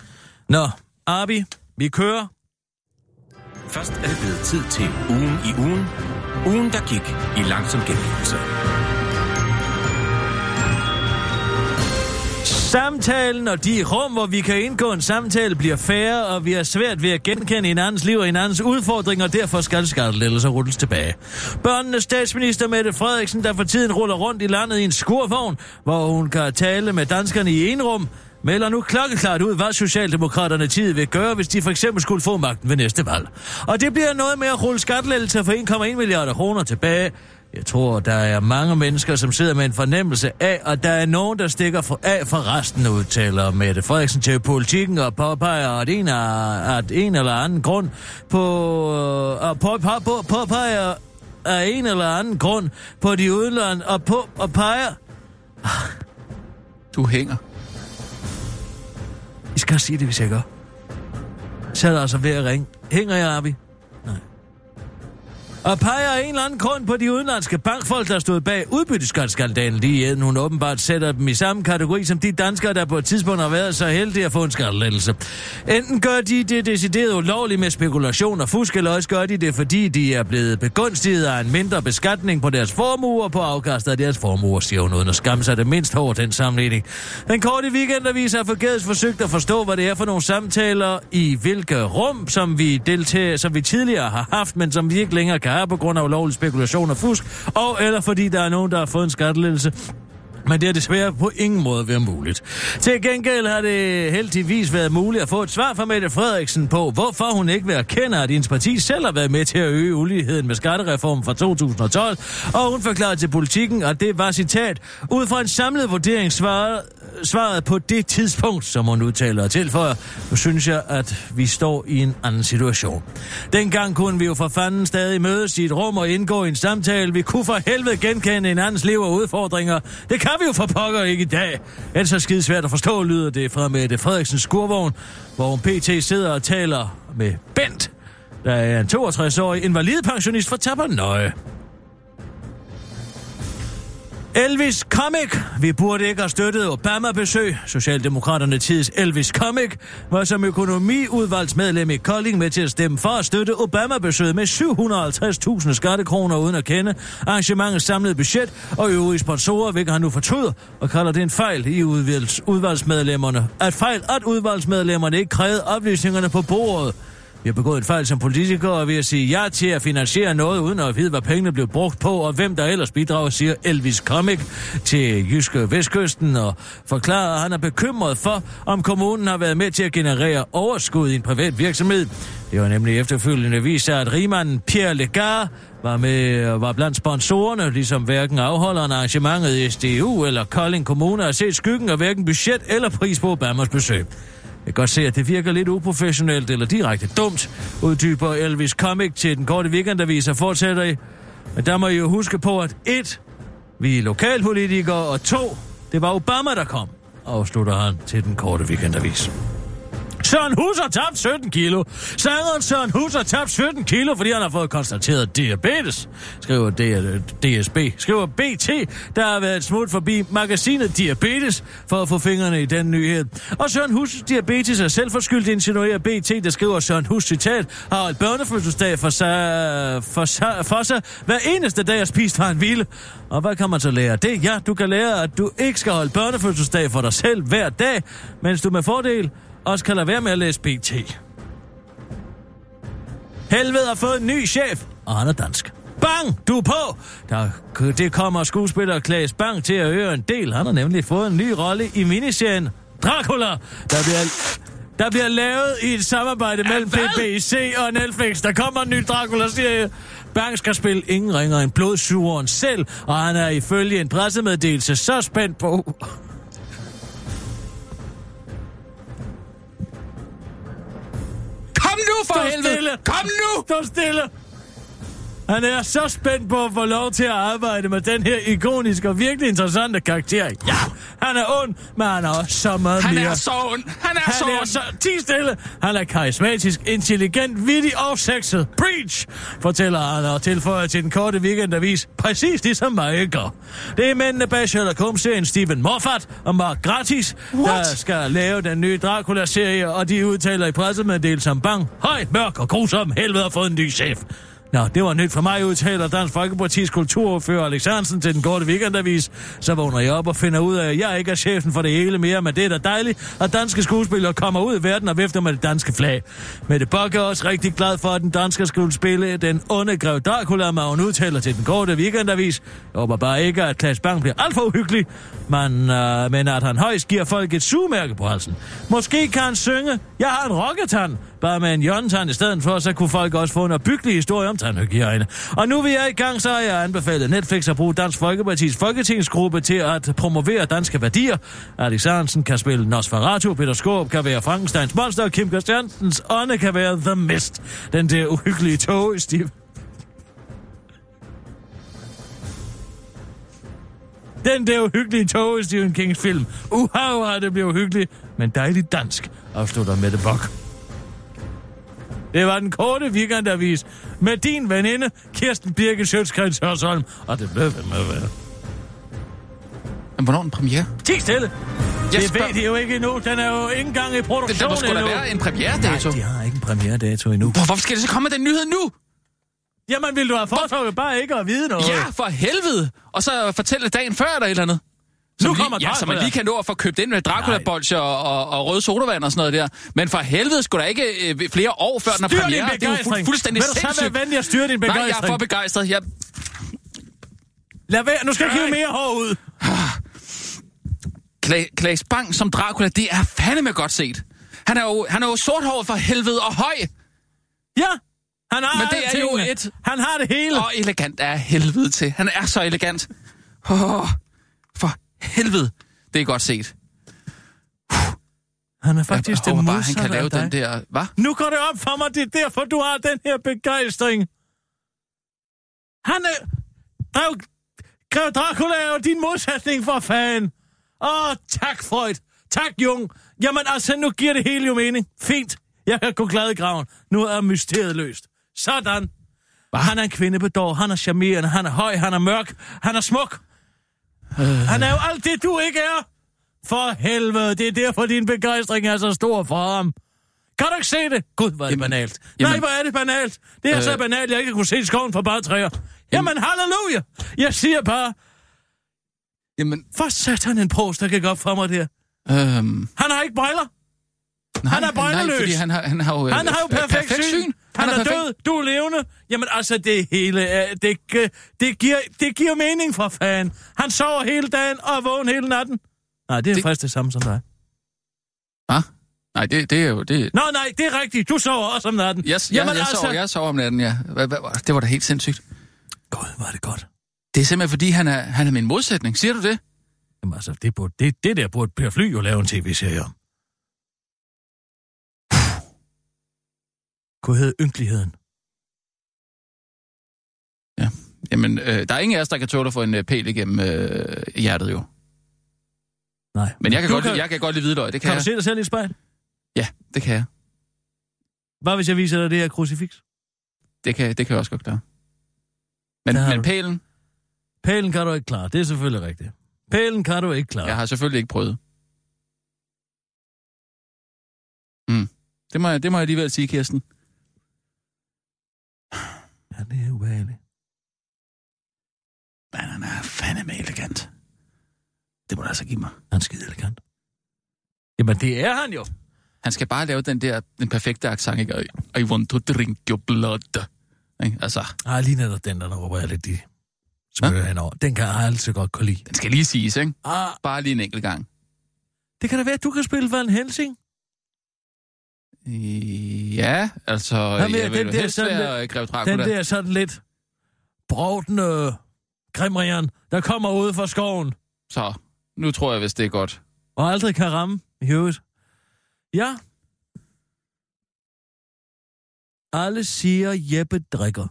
Nå, Abi, vi kører.
Først er det blevet tid til ugen i ugen. Ugen, der gik i langsom gengivelse.
Samtalen og de rum, hvor vi kan indgå en samtale, bliver færre, og vi har svært ved at genkende hinandens liv og hinandens udfordringer, og derfor skal skattelettelser rulles tilbage. Børnenes statsminister Mette Frederiksen, der for tiden ruller rundt i landet i en skurvogn, hvor hun kan tale med danskerne i en rum, melder nu klokkeklart ud, hvad Socialdemokraterne tid vil gøre, hvis de for eksempel skulle få magten ved næste valg. Og det bliver noget med at rulle skattelettelser for 1,1 milliarder kroner tilbage, jeg tror, der er mange mennesker, som sidder med en fornemmelse af, at der er nogen, der stikker for, af for resten, udtaler Mette Frederiksen til politikken og påpeger, at en, af, at en eller anden grund på, øh, og på, på, på, påpeger af en eller anden grund på de udland og på og peger.
Du hænger.
I skal sige det, hvis jeg gør. Så er der altså ved at ringe. Hænger jeg, Abi? og peger af en eller anden grund på de udenlandske bankfolk, der stod bag udbytteskatskandalen lige inden hun åbenbart sætter dem i samme kategori som de danskere, der på et tidspunkt har været så heldige at få en skattelettelse. Enten gør de det decideret ulovligt med spekulation og fusk, eller også gør de det, fordi de er blevet begunstiget af en mindre beskatning på deres formuer og på afkastet af deres formuer, siger hun uden at skamme sig det mindst hårdt den sammenligning. Den korte weekendavis har forgæves forsøgt at forstå, hvad det er for nogle samtaler i hvilke rum, som vi, deltager, som vi tidligere har haft, men som vi ikke længere kan have på grund af ulovlig spekulation og fusk, og eller fordi der er nogen, der har fået en skattelettelse Men det har desværre på ingen måde været muligt. Til gengæld har det heldigvis været muligt at få et svar fra Mette Frederiksen på, hvorfor hun ikke vil erkende, at hendes parti selv har været med til at øge uligheden med skattereformen fra 2012, og hun forklarede til politikken, at det var citat, ud fra en samlet vurdering svaret, svaret på det tidspunkt, som hun udtaler og tilføjer, nu synes jeg, at vi står i en anden situation. Dengang kunne vi jo for fanden stadig mødes i et rum og indgå i en samtale. Vi kunne for helvede genkende hinandens liv og udfordringer. Det kan vi jo for pokker ikke i dag. Ellers er skide svært at forstå, lyder det fra Mette Frederiksens skurvogn, hvor hun pt. sidder og taler med Bent, der er en 62-årig invalidpensionist fra Tabernøje. Elvis Comic. Vi burde ikke have støttet Obama-besøg. Socialdemokraterne tids Elvis Comic var som økonomiudvalgsmedlem i Kolding med til at stemme for at støtte Obama-besøget med 750.000 skattekroner uden at kende arrangementets samlede budget og øvrige sponsorer, hvilket han nu fortryder og kalder det en fejl i udvalgs- udvalgsmedlemmerne. At fejl, at udvalgsmedlemmerne ikke krævede oplysningerne på bordet. Vi har begået en fejl som politikere ved at sige ja til at finansiere noget, uden at vide, hvad pengene blev brugt på, og hvem der ellers bidrager, siger Elvis Comic til Jyske Vestkysten, og forklarer, at han er bekymret for, om kommunen har været med til at generere overskud i en privat virksomhed. Det var nemlig efterfølgende vist sig, at rigmanden Pierre Legard var, med, var blandt sponsorerne, ligesom hverken afholderen af arrangementet i SDU eller Kolding Kommune har set skyggen af hverken budget eller pris på Obamas besøg. Jeg kan godt se, at det virker lidt uprofessionelt eller direkte dumt, uddyber Elvis Comic til den korte weekendavis og fortsætter i. Men der må I jo huske på, at et, vi er lokalpolitikere, og to, det var Obama, der kom, afslutter han til den korte weekendavis. Søren Hus har tabt 17 kilo. Sangeren Søren Hus har tabt 17 kilo, fordi han har fået konstateret diabetes, skriver D- DSB. Skriver BT, der har været et smut forbi magasinet Diabetes for at få fingrene i den nyhed. Og Søren Hus' diabetes er selvforskyldt, insinuerer BT, der skriver Søren Hus citat, har et børnefødselsdag for sig, for, sig, for sig. Hver eneste dag har spist har en hvile. Og hvad kan man så lære af det? Ja, du kan lære, at du ikke skal holde børnefødselsdag for dig selv hver dag, mens du med fordel også kan lade være med at læse BT. Helvede har fået en ny chef, og han er dansk. Bang! Du er på! Der, det kommer skuespiller Klaas Bang til at høre en del. Han har nemlig fået en ny rolle i miniserien Dracula, der bliver, der bliver lavet i et samarbejde mellem BBC og Netflix. Der kommer en ny Dracula-serie. Bang skal spille ingen ringer end blodsugeren selv, og han er ifølge en pressemeddelelse så spændt på,
Kom nu for
Stå
helvede!
stille!
Kom nu!
Stå stille! Han er så spændt på at få lov til at arbejde med den her ikoniske og virkelig interessante karakter. Ja, han er ond, men han er også så meget
Han
mere.
er så ond! Han er så
Han er
ond!
så... Ti stille! Han er karismatisk, intelligent, vittig og sexet. Preach! Fortæller han og tilføjer til den korte weekendavis, præcis ligesom mig gør. Det er mændene bag Sherlock Holmes-serien Stephen Moffat og Mark Gratis, What? der skal lave den nye Dracula-serie, og de udtaler i pressemeddelelsen som bang, høj, mørk og grusom, helvede har fået en ny chef. Nå, det var nyt for mig, udtaler Dansk Folkeparti's kulturordfører Alex Hansen til den korte weekendavis. Så vågner jeg op og finder ud af, at jeg ikke er chefen for det hele mere, men det er da dejligt, at danske skuespillere kommer ud i verden og vifter med det danske flag. Mette Bock er også rigtig glad for, at den danske skulle spille den onde grev Dracula, men hun udtaler til den korte weekendavis. Jeg håber bare ikke, at Klaas Bang bliver alt for uhyggelig, men, øh, men at han højst giver folk et sugemærke på halsen. Måske kan han synge, jeg har en rocketand, bare med en hjørnetand i stedet for, så kunne folk også få en opbyggelig historie om tandhygiejne. Og nu vi er i gang, så har jeg anbefalet Netflix at bruge Dansk Folkeparti's folketingsgruppe til at promovere danske værdier. Alex Arensen kan spille Nosferatu, Peter Skåb kan være Frankensteins monster, og Kim Christiansens ånde kan være The Mist. Den der uhyggelige tog, Steve. Den der uhyggelige tog i Stephen Kings film. Uha, uha, det bliver uhyggeligt, men dejligt dansk, afslutter Mette Bock. Det var den korte weekendavis med din veninde, Kirsten Birke Sjøtskreds Hørsholm. Og det blev det med at være.
Men hvornår er den premiere?
Ti stille!
Jeg
det
spørger-
ved de jo ikke endnu. Den er jo ikke engang i
Men der
produktion
må sgu da
endnu.
være en premieredato.
Nej, de har ikke en premieredato endnu.
Hvor- Hvorfor skal det så komme den nyhed nu?
Jamen, ville du have foretrukket bare ikke at vide noget?
Ja, for helvede! Og så fortælle dagen før eller et eller andet. Som
Nu
lige,
kommer
ja, så man
Dracula.
lige kan nå at få købt ind med dracula bolcher og, og, og røde sodavand og sådan noget der. Men for helvede skulle der ikke øh, flere år før den har
Styr din
premiere. Det er jo fu-
begejstring.
fuldstændig
Vil du så være
sindssygt.
venlig at styre din
Nej, jeg er for
begejstring?
begejstret. Jeg,
Lad være, nu skal jeg hive mere hår ud.
Kla- Klaas Bang som Dracula, det er fandeme godt set. Han er jo, han er jo sorthåret for helvede og høj
Ja, han har
Men det
alle
er jo
tingene.
et-
Han har det hele.
og elegant af helvede til. Han er så elegant. Oh, for helvede, det er godt set.
Han er faktisk
jeg
det
håber
modsatte
bare, han kan lave
af dig.
den der... Hvad?
Nu går det op for mig, det er derfor, du har den her begejstring. Han er... Drev... Grev Dracula er jo din modsætning for fanden. Åh, tak Freud. Tak Jung. Jamen altså, nu giver det hele jo mening. Fint. Jeg kan gå glad i graven. Nu er mysteriet løst. Sådan. Han er en kvindebedår, han er charmerende, han er høj, han er mørk, han er smuk. Han er jo alt det, du ikke er. For helvede, det er derfor, din begejstring er så stor for ham. Kan du ikke se det? Gud, hvor er det
Jamen,
banalt. Nej,
jamen.
hvor er det banalt. Det er øh, så
Øh.
banalt, jeg ikke kunne se skoven for bare træer. Jamen, halleluja! Jeg siger bare,
Jamen,
for satan en pros, der gik op for mig der.
øhm,
Han har ikke briller.
nej,
Han er brøndeløs.
Nej, fordi han har, han har jo, øh,
Han har jo
øh,
perfekt, perfekt syn. Han, han er,
perfekt-
død, du er levende. Jamen altså, det hele er... Det, gi- det, giver, det giver mening for fanden. Han sover hele dagen og er vågen hele natten. Nej, det er det...
Det-
faktisk det samme som dig.
Hva? Nej, det, det er jo... Det,
Nå nej, det er rigtigt. Du sover også om natten. altså-
jeg, jeg, jeg, sover, jeg sover om natten, ja. Hva, hva, hva, det var da helt sindssygt.
Gud, var det godt.
Det er simpelthen, fordi han er, han er min modsætning. Siger du det?
Jamen altså, det, burde, det, det der burde Per Fly jo lave en tv-serie om. Kunne hedde Ynkeligheden.
Jamen, øh, der er ingen af os, der kan tåle at få en øh, pæl igennem øh, hjertet, jo.
Nej.
Men jeg kan,
Du
godt, lide- jeg kan godt lide hvidløg, det kan,
Kan du
jeg.
se dig selv i et spejl?
Ja, det kan jeg.
Hvad hvis jeg viser dig det her krucifix?
Det kan, det kan jeg også godt klare. Men,
Der har
men
du-
pælen,
Pælen kan du ikke klare. Det er selvfølgelig rigtigt. Pælen kan du ikke klare.
jeg har selvfølgelig ikke prøvet. Mm. Det, må jeg, det må jeg alligevel sige, Kirsten.
Ja, det er ubehageligt.
Men han er fandeme elegant. Det må du altså give mig.
Han er skide elegant. Jamen, det er han jo.
Han skal bare lave den der, den perfekte accent, ikke? I- I want to drink your blood. Ikke? Altså,
Ej, lige netop den, der råber jeg lidt i smører henover. Den kan jeg altid godt kunne lide.
den skal lige siges, ikke?
Ah,
Bare lige en enkelt gang.
det kan da være, at du kan spille Van Helsing.
Ja, altså,
Hvad med
jeg vil
den
jo
der
helst
sådan
være Grev
Den
Dracula.
der sådan lidt brovdende grimrian, der kommer ud fra skoven
Så, nu tror jeg, hvis det er godt.
og aldrig kan ramme i øvrigt. Ja. Alle siger, Jeppe drikker.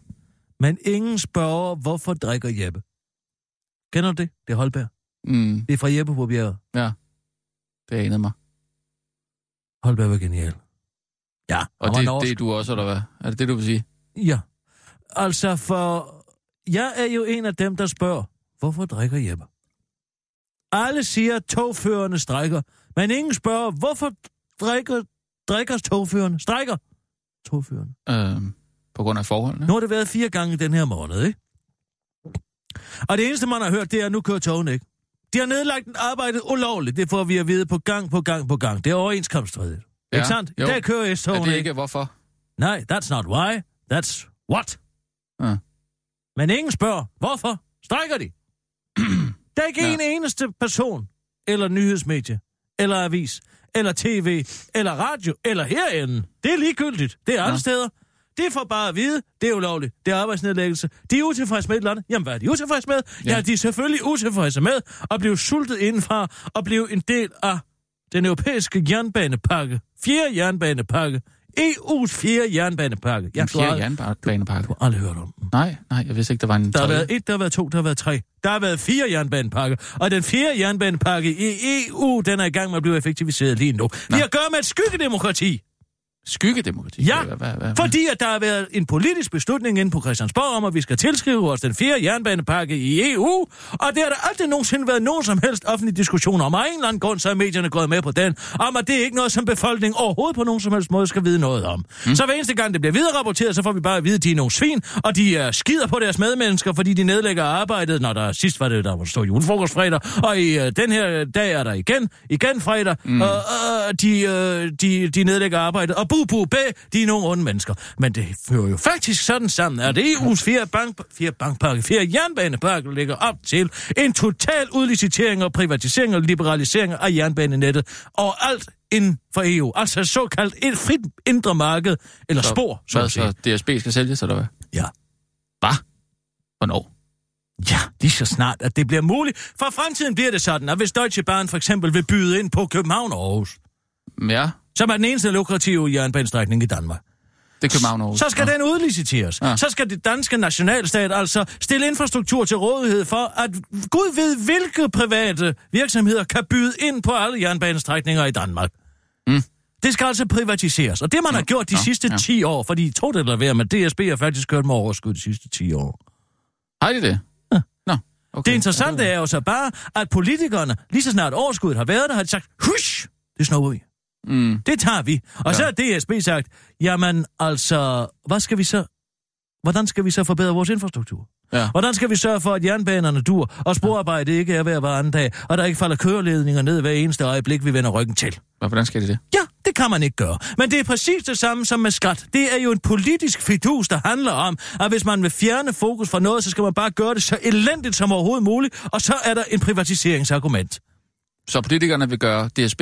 Men ingen spørger, hvorfor drikker Jeppe? Kender du det? Det er Holberg.
Mm,
Det er fra Jeppe på bjerget.
det anede mig.
Holberg var genial. Ja,
Og det, det er du også, eller hvad? Er det det, du vil sige?
Ja. Altså, for jeg er jo en af dem, der spørger, hvorfor drikker Jeppe? Alle siger, at togførerne strækker, men ingen spørger, hvorfor drikker, drikker togførerne? Strækker togførerne.
Øhm, på grund af forholdene?
Nu har det været fire gange den her måned, ikke? Og det eneste, man har hørt, det er, at nu kører togene ikke. De har nedlagt arbejdet ulovligt. Det får vi at vide på gang på gang på gang. Det er overenskomststridigt. Ja, ikke sandt? Jo.
Jo.
Der kører
Er
S-togene
det
ikke.
ikke hvorfor?
Nej, that's not why. That's what.
Ja.
Men ingen spørger, hvorfor strækker de? <clears throat> Der er ikke ja. en eneste person, eller nyhedsmedie, eller avis, eller tv, eller radio, eller herinde. Det er ligegyldigt. Det er alle
Nå.
steder. Det får bare at vide, det er ulovligt, det er arbejdsnedlæggelse, de er utilfredse med et eller andet. Jamen, hvad er de utilfredse med? Ja,
Ja.
ja de er selvfølgelig utilfredse med at blive sultet indenfra og blive en del af den europæiske jernbanepakke. Fjerde jernbanepakke. EU's fjerde jernbanepakke.
Ja, en
du har
fjerde jernbanepakke?
du har aldrig hørt om den.
Nej, nej, jeg vidste ikke, der var en
Der har
tredje.
været et, der har været to, der har været tre. Der har været fire jernbanepakker. Og den fjerde jernbanepakke i EU, den er i gang med at blive effektiviseret lige nu. Vi har at gøre med et skyggedemokrati.
Skyggedemokrati?
Ja,
Hvad- hvad- hvad-
Fordi at der har været en politisk beslutning inde på Christiansborg om, at vi skal tilskrive os den fjerde jernbanepakke i EU, og det har der aldrig nogensinde været nogen som helst offentlig diskussion om, og af en eller anden grund, så er medierne gået med på den, om at det er ikke noget, som befolkningen overhovedet på nogen som helst måde skal vide noget om. Mm. Så hver eneste gang det bliver vidererapporteret, så får vi bare at vide, at de er nogle svin, og de er skider på deres medmennesker, fordi de nedlægger arbejdet, når der sidst var det, der var stor julefrokost fredag, og i øh, den her dag er der igen, igen fredag, mm. og øh, de, øh, de, de nedlægger arbejdet, og bu, bu, bæ, de er nogle onde mennesker. Men det fører jo faktisk sådan sammen, at EU's fjerde, bank, fjerde bankpakke, fjerde jernbanepakke lægger op til en total udlicitering og privatisering og liberalisering af jernbanenettet. Og alt inden for EU. Altså såkaldt et frit indre marked, eller så, spor, så
Hvad
at sige.
så? DSB skal sælges, eller hvad?
Ja.
Hvad? Hvornår?
Ja, lige så snart, at det bliver muligt. For fremtiden bliver det sådan, at hvis Deutsche Bahn for eksempel vil byde ind på København og Aarhus,
Ja,
som er den eneste lukrative jernbanestrækning i Danmark,
det er København og Aarhus.
så skal den udliciteres.
Ja.
Så skal det danske nationalstat altså stille infrastruktur til rådighed for, at Gud ved, hvilke private virksomheder kan byde ind på alle jernbanestrækninger i Danmark. Det skal altså privatiseres, og det man har gjort de
nå,
sidste
Mm. ja.
10 år, fordi to det eller være med DSB har faktisk kørt med overskud de sidste 10 år.
Har de det? Nå, okay.
Det interessante er jo så bare, at politikerne, lige så snart overskuddet har været der, har de sagt, hush, det snupper vi.
Mm.
Det tager vi. Og ja. så har DSB sagt, jamen altså, hvad skal vi så, hvordan skal vi så forbedre vores infrastruktur?
Ja.
Hvordan skal vi sørge for, at jernbanerne dur, og sporarbejde ikke er hver hver anden dag, og der ikke falder køreledninger ned hver eneste øjeblik, vi vender ryggen til?
Hva- Hvordan skal de det?
Ja, det kan man ikke gøre. Men det er præcis det samme som med skat. Det er jo en politisk fidus, der handler om, at hvis man vil fjerne fokus fra noget, så skal man bare gøre det så elendigt som overhovedet muligt, og så er der en privatiseringsargument.
Så politikerne vil gøre DSB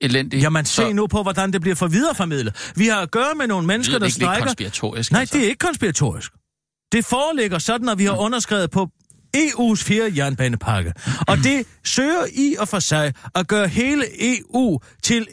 elendig?
Jamen,
så
se nu på, hvordan det bliver for videreformidlet. Vi har at gøre med nogle mennesker,
lyder
der
det ikke lidt
strækker...
konspiratorisk.
Nej,
altså. Mm.
det er ikke konspiratorisk. Det foreligger sådan, at vi har underskrevet på EU's fjerde jernbanepakke.
Mm.
Og det søger i og for sig at gøre hele EU til,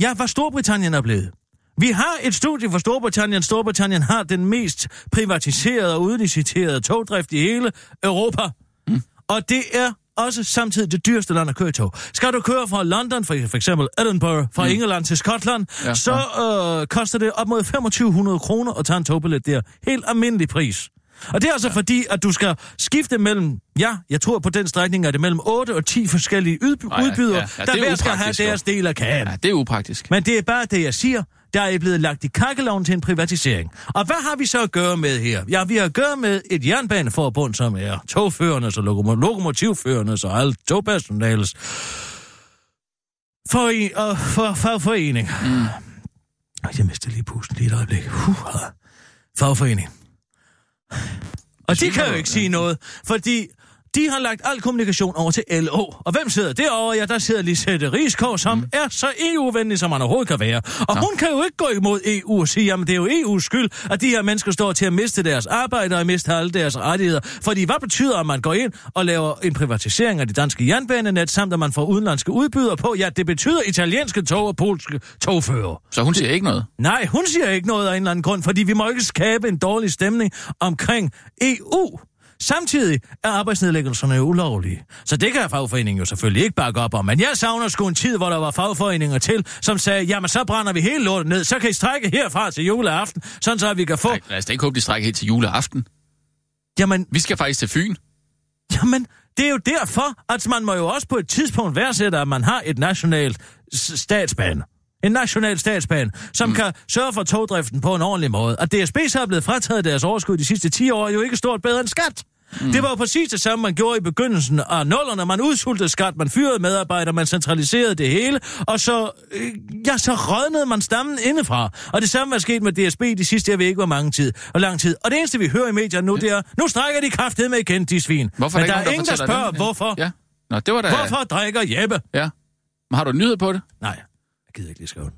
ja, hvad Storbritannien er blevet. Vi har et studie for Storbritannien. Storbritannien har den mest privatiserede og udliciterede togdrift i hele Europa.
Mm.
Og det er også samtidig det dyreste land at køre i tog. Skal du køre fra London, for, for eksempel Edinburgh, fra mm. England til Skotland, ja,
Ja,
så øh, koster det op mod 2500 kroner at tage en togbillet der. Helt almindelig pris. Og det er altså ja. fordi, at du skal skifte mellem, ja, jeg tror på den strækning er det mellem 8 og 10 forskellige ydby-
Ej, ja,
udbydere,
ja, ja,
der
det er
hver skal have
upraktisk, jo.
deres del af kagen.
Ja, det er upraktisk.
Men det er bare det, jeg siger. Der er I blevet lagt i kakkeloven til en privatisering. Og hvad har vi så at gøre med her? Ja, vi har at gøre med et jernbaneforbund, som er togførernes og lokomo- lokomotivførernes og alt togpersonales for, og for, fagforening. Mm. Jeg mistede lige pusten lige et øjeblik. Huh, fagforening. Og de kan jo ikke sige noget, fordi de har lagt al kommunikation over til LO. Og hvem sidder derovre? Ja, der sidder Lisette Rieskov, som mm. er så EU-venlig, som man overhovedet kan være. Og ja. hun kan jo ikke gå imod EU og sige, jamen det er jo EU's skyld, at de her mennesker står til at miste deres arbejde og miste alle deres rettigheder. Fordi hvad betyder, at man går ind og laver en privatisering af det danske jernbanenet, samt at man får udenlandske udbydere på? Ja, det betyder italienske tog og polske togfører.
Så hun siger ikke noget?
Nej, hun siger ikke noget af en eller anden grund, fordi vi må ikke skabe en dårlig stemning omkring EU. Samtidig er arbejdsnedlæggelserne jo ulovlige. Så det kan fagforeningen jo selvfølgelig ikke bakke op om. Men jeg savner sgu en tid, hvor der var fagforeninger til, som sagde, jamen så brænder vi hele lortet ned, så kan I strække herfra til juleaften, sådan så at vi kan få...
Nej, lad os da ikke håbe, de strækker helt til juleaften.
Jamen,
Vi skal faktisk til Fyn.
Jamen, det er jo derfor, at man må jo også på et tidspunkt værdsætte, at man har et nationalt s- statsbane. En national statsbane, som mm. kan sørge for togdriften på en ordentlig måde. Og DSB så er blevet frataget deres overskud de sidste 10 år, er jo ikke stort bedre end skat. Mm. Det var jo præcis det samme, man gjorde i begyndelsen af nullerne. Man udsultede skat, man fyrede medarbejdere, man centraliserede det hele, og så, øh, ja, så rødnede man stammen indefra. Og det samme er sket med DSB de sidste, jeg ved ikke hvor mange tid, og lang tid. Og det eneste, vi hører i medierne nu, det er, nu strækker de kraftet med igen, de svin.
Hvorfor
Men
er
der
der,
er ingen, der
fortæller
spørger,
dem det?
hvorfor.
Ja. Nå, det var da...
Hvorfor drikker Jeppe?
Ja. Men har du en nyhed på det?
Nej, jeg gider ikke lige skrive den.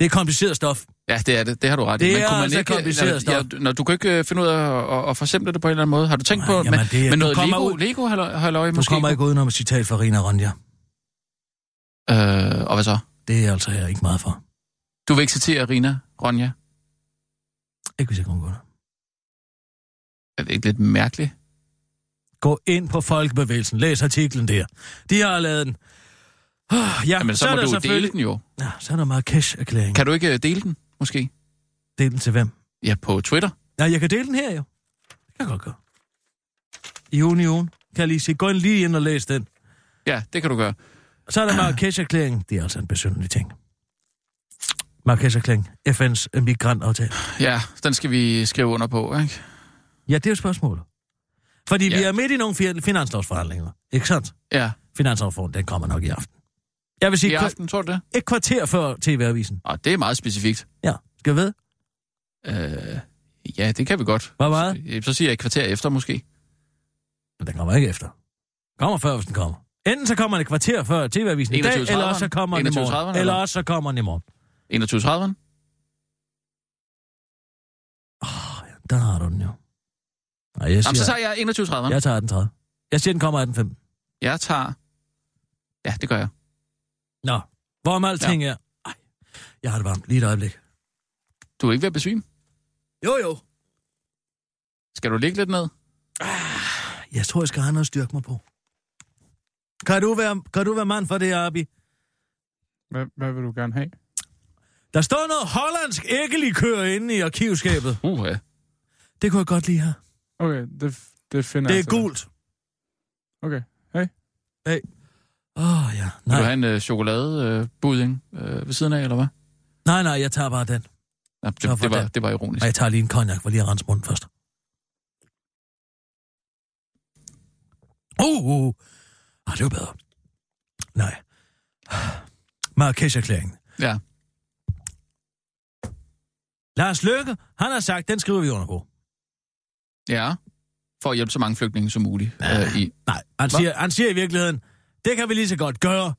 Det er kompliceret stof.
Ja, det er det. Det har du ret i.
Det
Men
er
kunne man
altså
ikke, øh,
kompliceret
ja,
stof.
Ja, du- når du kan ikke øh, finde ud af at, at, at forsimple det på en eller anden måde. Har du tænkt
Nej,
på
jamen,
men,
det er-
men
du
noget
kommer
Lego,
ud-
Lego halløj, halløj
Du
måske?
kommer ikke udenom et citat fra Rina Ronja.
Øh, og hvad så?
Det er altså jeg ikke meget for.
Du vil ikke citere Rina, Ronja?
Ikke hvis jeg kunne gå det.
Er det ikke lidt mærkeligt?
Gå ind på Folkebevægelsen. Læs artiklen der. De har lavet den. Oh, ja,
Jamen, så,
er der
så må du jo dele
selvfølgelig-
den jo.
Ja, så er der Marrakesh-erklæring. Kan...
Kan du ikke øh, dele den, måske?
Del den til hvem?
Ja, på Twitter.
Nej, jeg kan dele den her jo. Det kan jeg godt gøre. I ugen i ugen. Kan jeg lige se. Gå ind lige ind og læs den.
Ja, det kan du gøre.
Så er der Marrakesh-erklæringen. Det er altså en besynderlig ting. Marrakesh-erklæringen. FN's migrantaftale.
Ja, den skal vi skrive under på, ikke?
Ja, det er jo spørgsmålet. Fordi ja. vi
Ja.
er midt i nogle fi- finanslovsforhandlinger, ikke sandt?
Ja.
Finanslovsforhandlingen, den kommer nok i aften. Jeg vil sige,
I
ja.
aften, tror du det?
et kvarter før TV-avisen.
Og det er meget specifikt.
Ja, skal vi ved?
Øh, ja, det kan vi godt.
Hvor meget?
Så, så siger jeg et kvarter efter måske.
Men den kommer ikke efter. Kommer før, hvis den kommer. Enten så kommer den et kvarter før TV-avisen i dag,
21.30'eren?
eller også så kommer den i
21.30'eren,
morgen.
eller?
Eller også så kommer den i morgen.
21.30'eren?
Der har du den jo. Nej, jeg, siger,
Jamen, så tager jeg 21.30'eren.
jeg tager den 30. Jeg siger, den kommer 18.15.
Jeg tager... Ja, det gør jeg.
Nå, hvorom alting ja. er... Ej, jeg har det varmt. Lige et øjeblik.
Du er ikke ved at besvime.
Jo, jo.
Skal du ligge lidt ned?
Jeg tror, jeg skal have noget at styrke mig på. Kan du være, kan du være mand for det, Abi?
Hvad, hvad vil du gerne have?
Der står noget hollandsk æggelikør inde i arkivskabet.
Uh, ja.
Det kunne jeg godt lide her.
Okay, det, det finder
Det
jeg
er
til dig.
gult.
Okay, hey.
Åh, oh, ja.
Vil du
Nej.
have en øh, chokoladebudding øh, ved siden af, eller hvad?
nej, nej, jeg tager bare den.
Nej,
Nå,
det,
for
det, var,
den.
det var ironisk.
Og jeg tager lige en cognac, for lige at rense munden først. Uh, uh, uh. Ah, det var bedre. Nej. Marrakesh-erklæringen.
Ja.
Lars Løkke, han har sagt, den skriver vi under på.
Ja, for at hjælpe så mange flygtninge som muligt. Øh, i.
Nej, han siger, han siger i virkeligheden, det kan vi lige så godt gøre,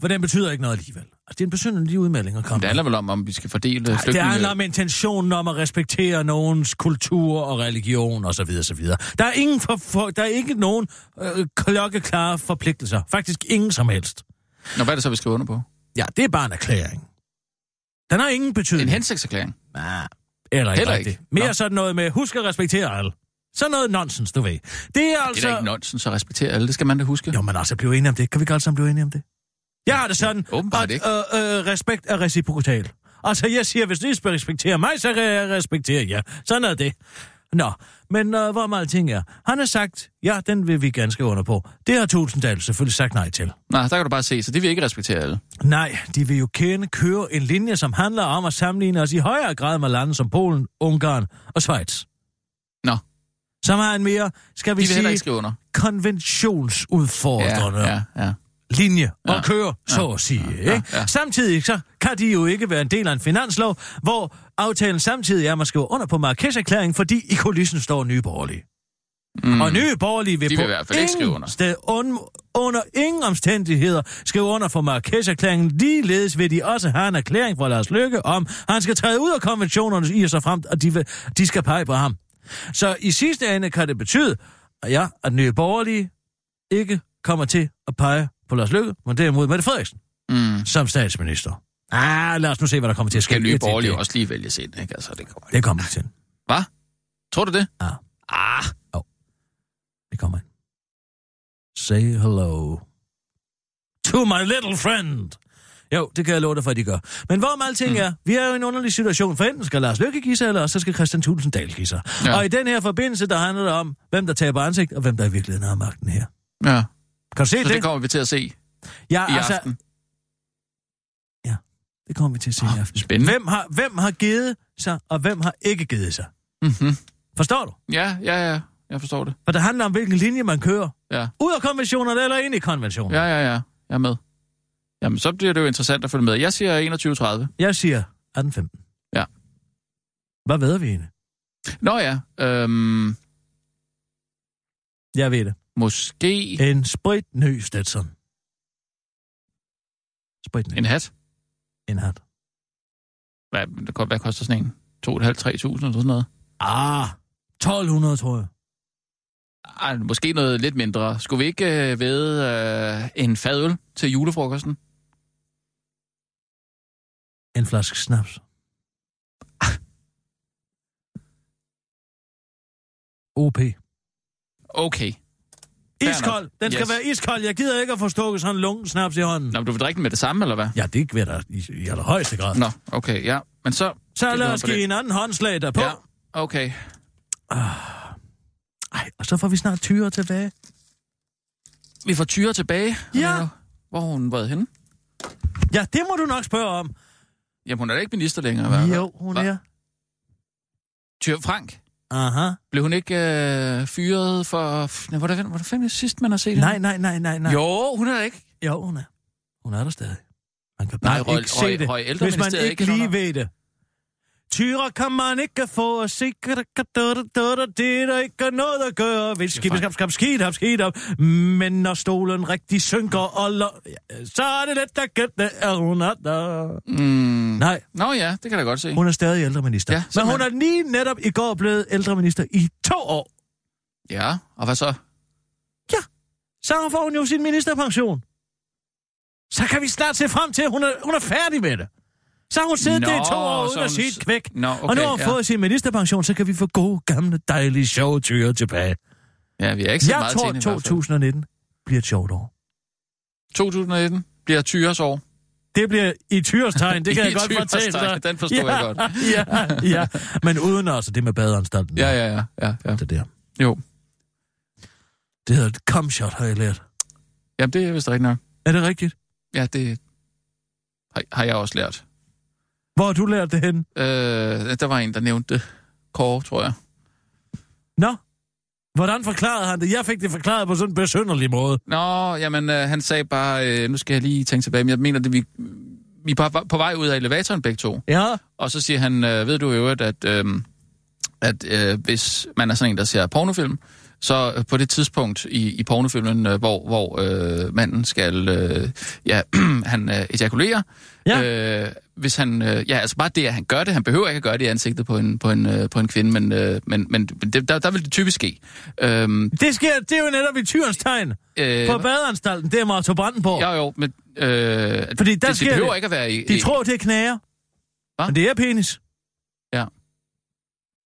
for den betyder ikke noget alligevel. Altså, det er en besynderlig udmelding at komme
Det
med.
handler vel om, om vi skal fordele øh,
Ej, Det
flygtninge...
handler om intentionen om at respektere nogens kultur og religion osv. osv. Der er, ingen for, for, der er ikke nogen øh, klokkeklare forpligtelser. Faktisk ingen som helst.
Nå, hvad er det så, vi skriver under på?
Ja, det er bare en erklæring. Den har ingen betydning.
En hensigtserklæring.
Ah, Eller ikke
Heller
rigtigt.
ikke.
Mere
Nå.
sådan noget med, husk at respektere alle. Sådan noget nonsens, du ved. Det er
Det
altså...
er da ikke nonsens at respektere alle, det skal man da huske.
Jo, men altså, blev enige om det. Kan vi ikke alle sammen blive enige om det? Jeg har det sådan,
åbenbart
at
ikke.
Øh, øh, respekt er reciprokotal. Altså, jeg siger, hvis I skal respektere mig, så kan jeg respektere jer. Sådan er det. Nå, men øh, hvor meget ting er. Han har sagt, ja, den vil vi ganske under på. Det har Tulsendal selvfølgelig sagt nej til.
Nej, der kan du bare se, så det vil ikke respektere alle.
Nej, de vil jo kende køre en linje, som handler om at sammenligne os i højere grad med lande som Polen, Ungarn og Schweiz.
Nå,
Som har en mere, skal
de
vi
vil heller
sige,
ikke skrive under.
konventionsudfordrende
ja, ja.
linje og
Ja.
køre, så at sige.
ja,
ikke?
ja.
Samtidig så kan de jo ikke være en del af en finanslov, hvor aftalen samtidig er, at man skriver under på Marrakesh-erklæringen, fordi i kulissen står Nye Borgerlige. Mm. Og Nye Borgerlige vil,
De vil
på
i hvert fald ikke skrive
ingen
under.
Sted, un, under ingen omstændigheder skrive under for Marrakesh-erklæringen. Ligeledes vil de også have en erklæring fra Lars Løkke om, at han skal træde ud af konventionerne i og så frem, og de, vil, de skal pege på ham. Så i sidste ende kan det betyde, at ja, at Nye Borgerlige ikke kommer til at pege på Lars Løkke, men derimod Mette Frederiksen
Mm.
som statsminister. Ah, lad os nu se, hvad der kommer til at ske.
Skal nye
Det- det-
borgerlige
det-
også lige vælge sind, ikke? Altså, det kommer
Det kommer vi til.
Hvad? Tror du det?
Ja.
Ah,
Det kommer ind. Say hello to my little friend. Jo, det kan jeg love dig for, at de gør. Men hvorom alting mm. er, vi er jo i en underlig situation, for enten skal Lars Løkke give sig, eller også så skal Christian Thulsen Dahl give sig. Ja.
Ja.
Og i den her forbindelse, der handler det om, hvem der taber ansigt, og hvem der i virkeligheden har magten her.
ja.
Kan du se
Så
det?
det kommer vi til at se
ja, altså,
i aften.
Det kommer vi til at se i aften.
Ah, spændende.
Hvem har, hvem har givet sig, og hvem har ikke givet sig?
Mhm.
Forstår du?
Ja, ja, ja. Jeg forstår det.
For det handler om, hvilken linje man kører.
Ja.
Ud af konventionerne eller ind i konventionen.
Ja, ja, ja. Jeg er med. Jamen, så bliver det jo interessant at følge med. Jeg siger 21.30.
Jeg siger 18.15.
Ja.
Hvad ved vi egentlig?
Nå ja, øhm,
Jeg ved det.
måske
En spritny Stetson. Spritny.
en hat.
en hat.
Hvad, det ko- hvad koster sådan en? 2.500-3.000 eller sådan noget?
Ah, 1200, tror jeg.
Ej, måske noget lidt mindre. Skulle vi ikke øh, ved øh, en fadøl til julefrokosten?
En flaske snaps.
Ah.
OP.
Okay. nok.
Iskold. Den skal
Yes.
være iskold. Jeg gider ikke at få stukket sådan en lungen snaps i hånden.
Nå, men du vil drikke den med det samme, eller hvad?
Ja, det vil der i, i allerhøjeste grad.
Nå, okay, ja. Men så...
Så
Det
lad
lyder
os
på
give
det.
hinanden håndslag derpå.
Ja, okay.
Ej, og så får vi snart tyre tilbage.
Vi får Tyre tilbage.
Ja.
Øh, Hvor har hun været henne?
Ja, det må du nok spørge om.
Jamen, hun er da ikke minister længere, hvad?
Jo, hun
Hva?
er.
Tyre Frank.
Aha.
Blev hun ikke øh, fyret for... F- Hvor er det, hvor er det fandme sidst, man har set
Nej,
hende?
nej, nej, nej, nej.
Jo, hun er da ikke.
jo hun er. Hun er der stadig. Man kan
Nej,
bare
Røg-
ikke se
Røg-
det,
Røg- Ældreministeriet
hvis man
er
ikke
ikke
lige
sådan
ved det. Tyre kan man ikke få at se, da- da- da- da- da- da- det er der ikke noget at gøre ved skib, skab, skab, skid, hop, skid, hop. Men når stolen rigtig synker, og lo- ja, så er det let at gætte, at hun er der.
Mm.
Nej,
Nå ja, det kan jeg da godt se.
hun er stadig ældreminister.
Ja,
Ja, Men
simpelthen.
hun er lige netop i går blevet ældreminister i to år.
Ja, og hvad så?
Så får hun jo sin ministerpension. Så kan vi snart se frem til, at hun er, hun er færdig med det. Så har hun siddet
Nå,
der i to år
så
uden at
hun
sige et
s-
kvæk.
Nå, okay,
og nu har hun
ja.
fået sin ministerpension, så kan vi få gode, gamle, dejlige, sjove tyre tilbage.
Ja, vi er ikke så
Jeg
meget
tror,
til hende i hvert fald.
2019 bliver et sjovt år.
2019 bliver Tyres år.
Det bliver i tyres tegn,
<laughs>
det kan
I
jeg godt
Tyres
fortælle
tegn,
dig.
den forstår
ja,
jeg godt.
<laughs> ja, ja. Men uden altså det med badeanstalten.
Ja, ja, ja. ja, ja.
Det der.
Jo.
Det hedder et cum shot, har jeg lært.
Jamen, det er vist rigtigt nok.
Er det rigtigt?
Ja, det har, har jeg også lært.
Hvor har du lært det hen?
Øh, der var en, der nævnte det. Kåre, tror jeg.
Nå, hvordan forklarede han det? Jeg fik det forklaret på sådan en besynderlig måde.
Nå, jamen, øh, han sagde bare, øh, nu skal jeg lige tænke tilbage, men jeg mener, at vi, vi er på, på vej ud af elevatoren begge to.
Ja,
Og så siger han, øh, ved du i øvrigt, at, øh, at øh, hvis man er sådan en, der ser pornofilm, så øh, på det tidspunkt i, i pornofilmen, øh, hvor, hvor øh, manden skal, øh, ja, <clears throat> han øh, ejakulerer, ja. øh, hvis han, øh, ja, altså bare det, at han gør det, han behøver ikke at gøre det i ansigtet på en, på en, øh, på en kvinde, men, øh, men, men det, der, der vil det typisk ske. Øh,
det sker, det er jo netop i tyrens tegn.
øh,
På badeanstalten, det er Marto Brandenborg.
Jo, jo, men... Øh,
Fordi der
det,
sker
det behøver
det.
ikke at være i...
De
i-
tror, det er knager.
øh. Hva?
Men det er penis.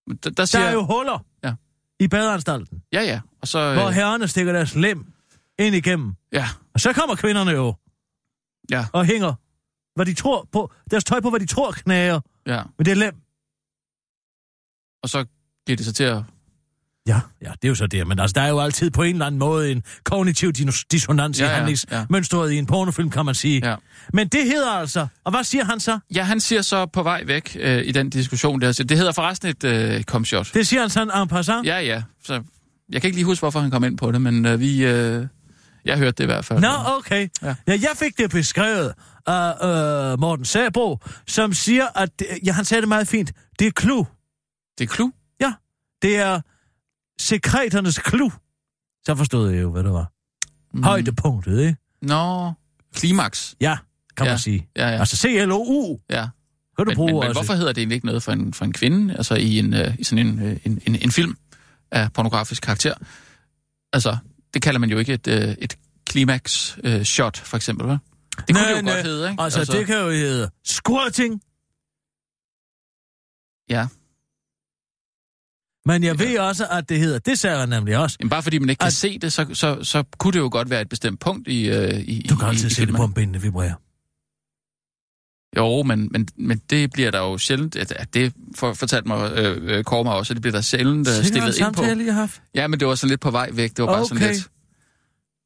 Der, der
Der
siger,
er jo huller
Ja.
i badeanstalten,
Ja, ja. Og så...
hvor
Øh,
herrerne stikker deres lem ind igennem.
ja,
Og så kommer kvinderne jo
ja,
og hænger hvad de tror på, deres tøj på, hvad de tror knager,
ja.
men det er lem.
Og så giver det sig til at...
Ja, ja, det er jo så det, men altså, der er jo altid på en eller anden måde en kognitiv dinos- dissonans ja,
Ja,
i
ja,
handlingsmønstret ja. i en pornofilm, kan man sige.
<laughs> Ja.
Men det hedder altså, og hvad siger han så?
Ja, han siger så på vej væk øh, i den diskussion der. Så det hedder forresten et øh, komshot.
Det siger han sådan en passant.
Ja, ja. Så jeg kan ikke lige huske, hvorfor han kom ind på det, men øh, vi... Øh, jeg hørte det i hvert fald.
Nå, okay. Ja.
Ja.
ja, jeg fik det beskrevet af øh, Morten Sabro, som siger, at... Ja, han sagde det meget fint. Det er klu.
Det er klu.
Ja, det er sekreternes klu. Så forstod jeg jo, hvad det var.
Mhm.
Mm. Højdepunktet, ikke?
Nå, klimaks.
Ja, kan ja.
Ja.
man sige.
Ja, ja.
Altså CLOU
ja.
kan du
Men,
bruge
men, men
også.
hvorfor hedder det egentlig ikke noget for en, for en kvinde, altså i, en, øh, i sådan en, øh, en, en, en film af pornografisk karakter? Altså, det kalder man jo ikke et, øh, et climax øh, shot for eksempel, hva'? Det kunne
Nej,
det jo
nej.
godt hedde, ikke?
Altså, altså, det kan jo hedde squirting.
Ja,
Men jeg ja. ved også, at det hedder... Det sagde han nemlig også.
men bare fordi man ikke kan
At-
se det, så, så, så kunne det jo godt være et bestemt punkt i øh, i
Du kan
i,
altid se
i
det
filmen.
på, om benene vibrerer.
Jo, men, men, men det bliver der jo sjældent... At, at det for, fortalte mig øh, øh, Kåre mig også, at det bliver der sjældent øh,
Sikke en
stillet ind på.
samtale, I har haft.
Ja, men det var sådan lidt på vej væk. Det var bare okay.
Okay.
sådan lidt...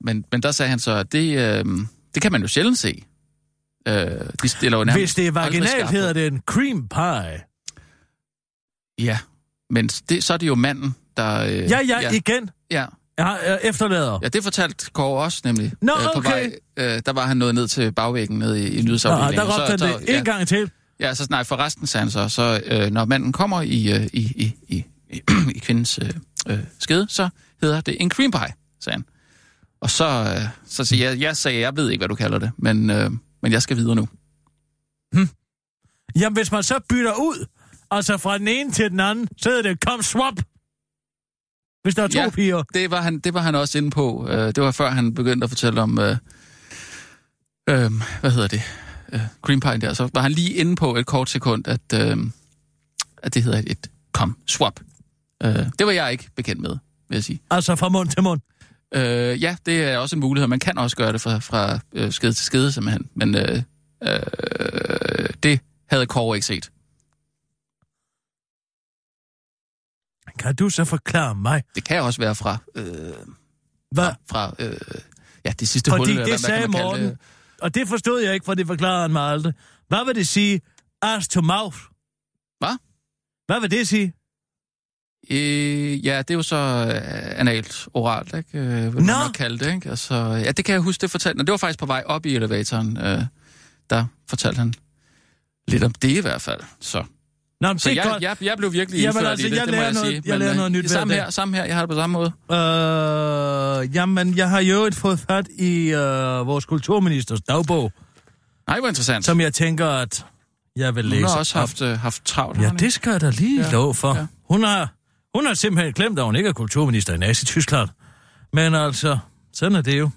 Men, men der sagde han så, at det, øh, det kan man jo sjældent se. Øh, de stiller jo nærmest
Hvis det er
aldrig skarpt
vaginalt,
op.
hedder det en cream pie.
Ja, men det, så er det jo manden, der... Øh,
Ja, ja,
ja,
igen.
ja.
Jeg har- jeg efterlader.
ja, det fortalte Kåre også nemlig. øh,
Nå,
på
okay.
vej, øh, der var han nået ned til bagvæggen nede i, i
Ja,
nyhedsafdelingen.
Ah, der råbte han
så,
det
ja,
en gang til.
Ja, så nej, forresten sagde han så, så øh, når manden kommer i, øh, i, i, i, <clears throat> i, i kvindens øh, øh, skede, så hedder det en cream pie, sagde han. Og så, øh, så siger jeg, jeg sagde, jeg ved ikke, hvad du kalder det, men, øh, men jeg skal videre nu.
Jamen, hvis man så bytter ud, altså fra den ene til den anden, så hedder det, kom swap. Hvis der er to ja.
Ja.
piger.
Det var han, det var han også inde på. Øh, det var før han begyndte at fortælle om, øh, øh, hvad hedder det, øh, cream pie der. Så var han lige inde på et kort sekund, at, øh, at det hedder et, et kom swap. Øh, det var jeg ikke bekendt med, vil jeg sige.
Altså fra mund til mund.
Øh, ja, det er også en mulighed. Man kan også gøre det fra, fra øh, skede til skede, simpelthen. Men øh, øh, det havde Kåre ikke set.
Kan du så forklare mig,
Det kan også være fra, øh,
hvad?
fra øh, ja, det sidste hul.
Fordi
eller
det
hvad,
sagde
hvad kan man kalde
Morten,
det?
og det forstod jeg ikke, for det forklarede han mig aldrig. Hvad vil det sige, ass to mouth?
Hvad?
Hvad vil det sige?
Øh, ja, det er jo så øh, analt, oralt, ikke? Øh, hvad man
Nå!
nok kalde det, ikke? Altså, ja, det kan jeg huske, det fortalte han. Det var faktisk på vej op i elevatoren, øh, der fortalte han lidt om det i hvert fald. Så,
Nå, men
så
det er
jeg,
godt.
jeg, jeg blev virkelig
Jamen
indført
altså,
i det,
jeg
det må
lærer
jeg
noget-
sige.
jeg lærer
øh,
noget nyt hver
samme
dag.
her, samme her, jeg har det på samme måde.
Øh, jamen, jeg har i øvrigt fået fat i øh, vores kulturministers dagbog,
Nej, hvor interessant.
som jeg tænker, at jeg vil læse.
Hun har også haft, øh, haft travlt. har
Ja,
hun ikke?
det skal jeg da lige ja.
Ja,
lov for. Ja.
ja.
Hun, har, hun har simpelthen glemt, at hun ikke er kulturminister i Nazi-Tyskland. Men altså, sådan er det jo.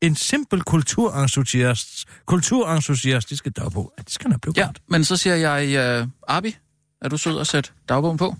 En simpel kulturentusiast, kulturentusiastiske dagbog. Ja, det skal nok blive
Ja,
godt.
men så siger jeg, øh, Abi, er du sød at sætte dagbogen på?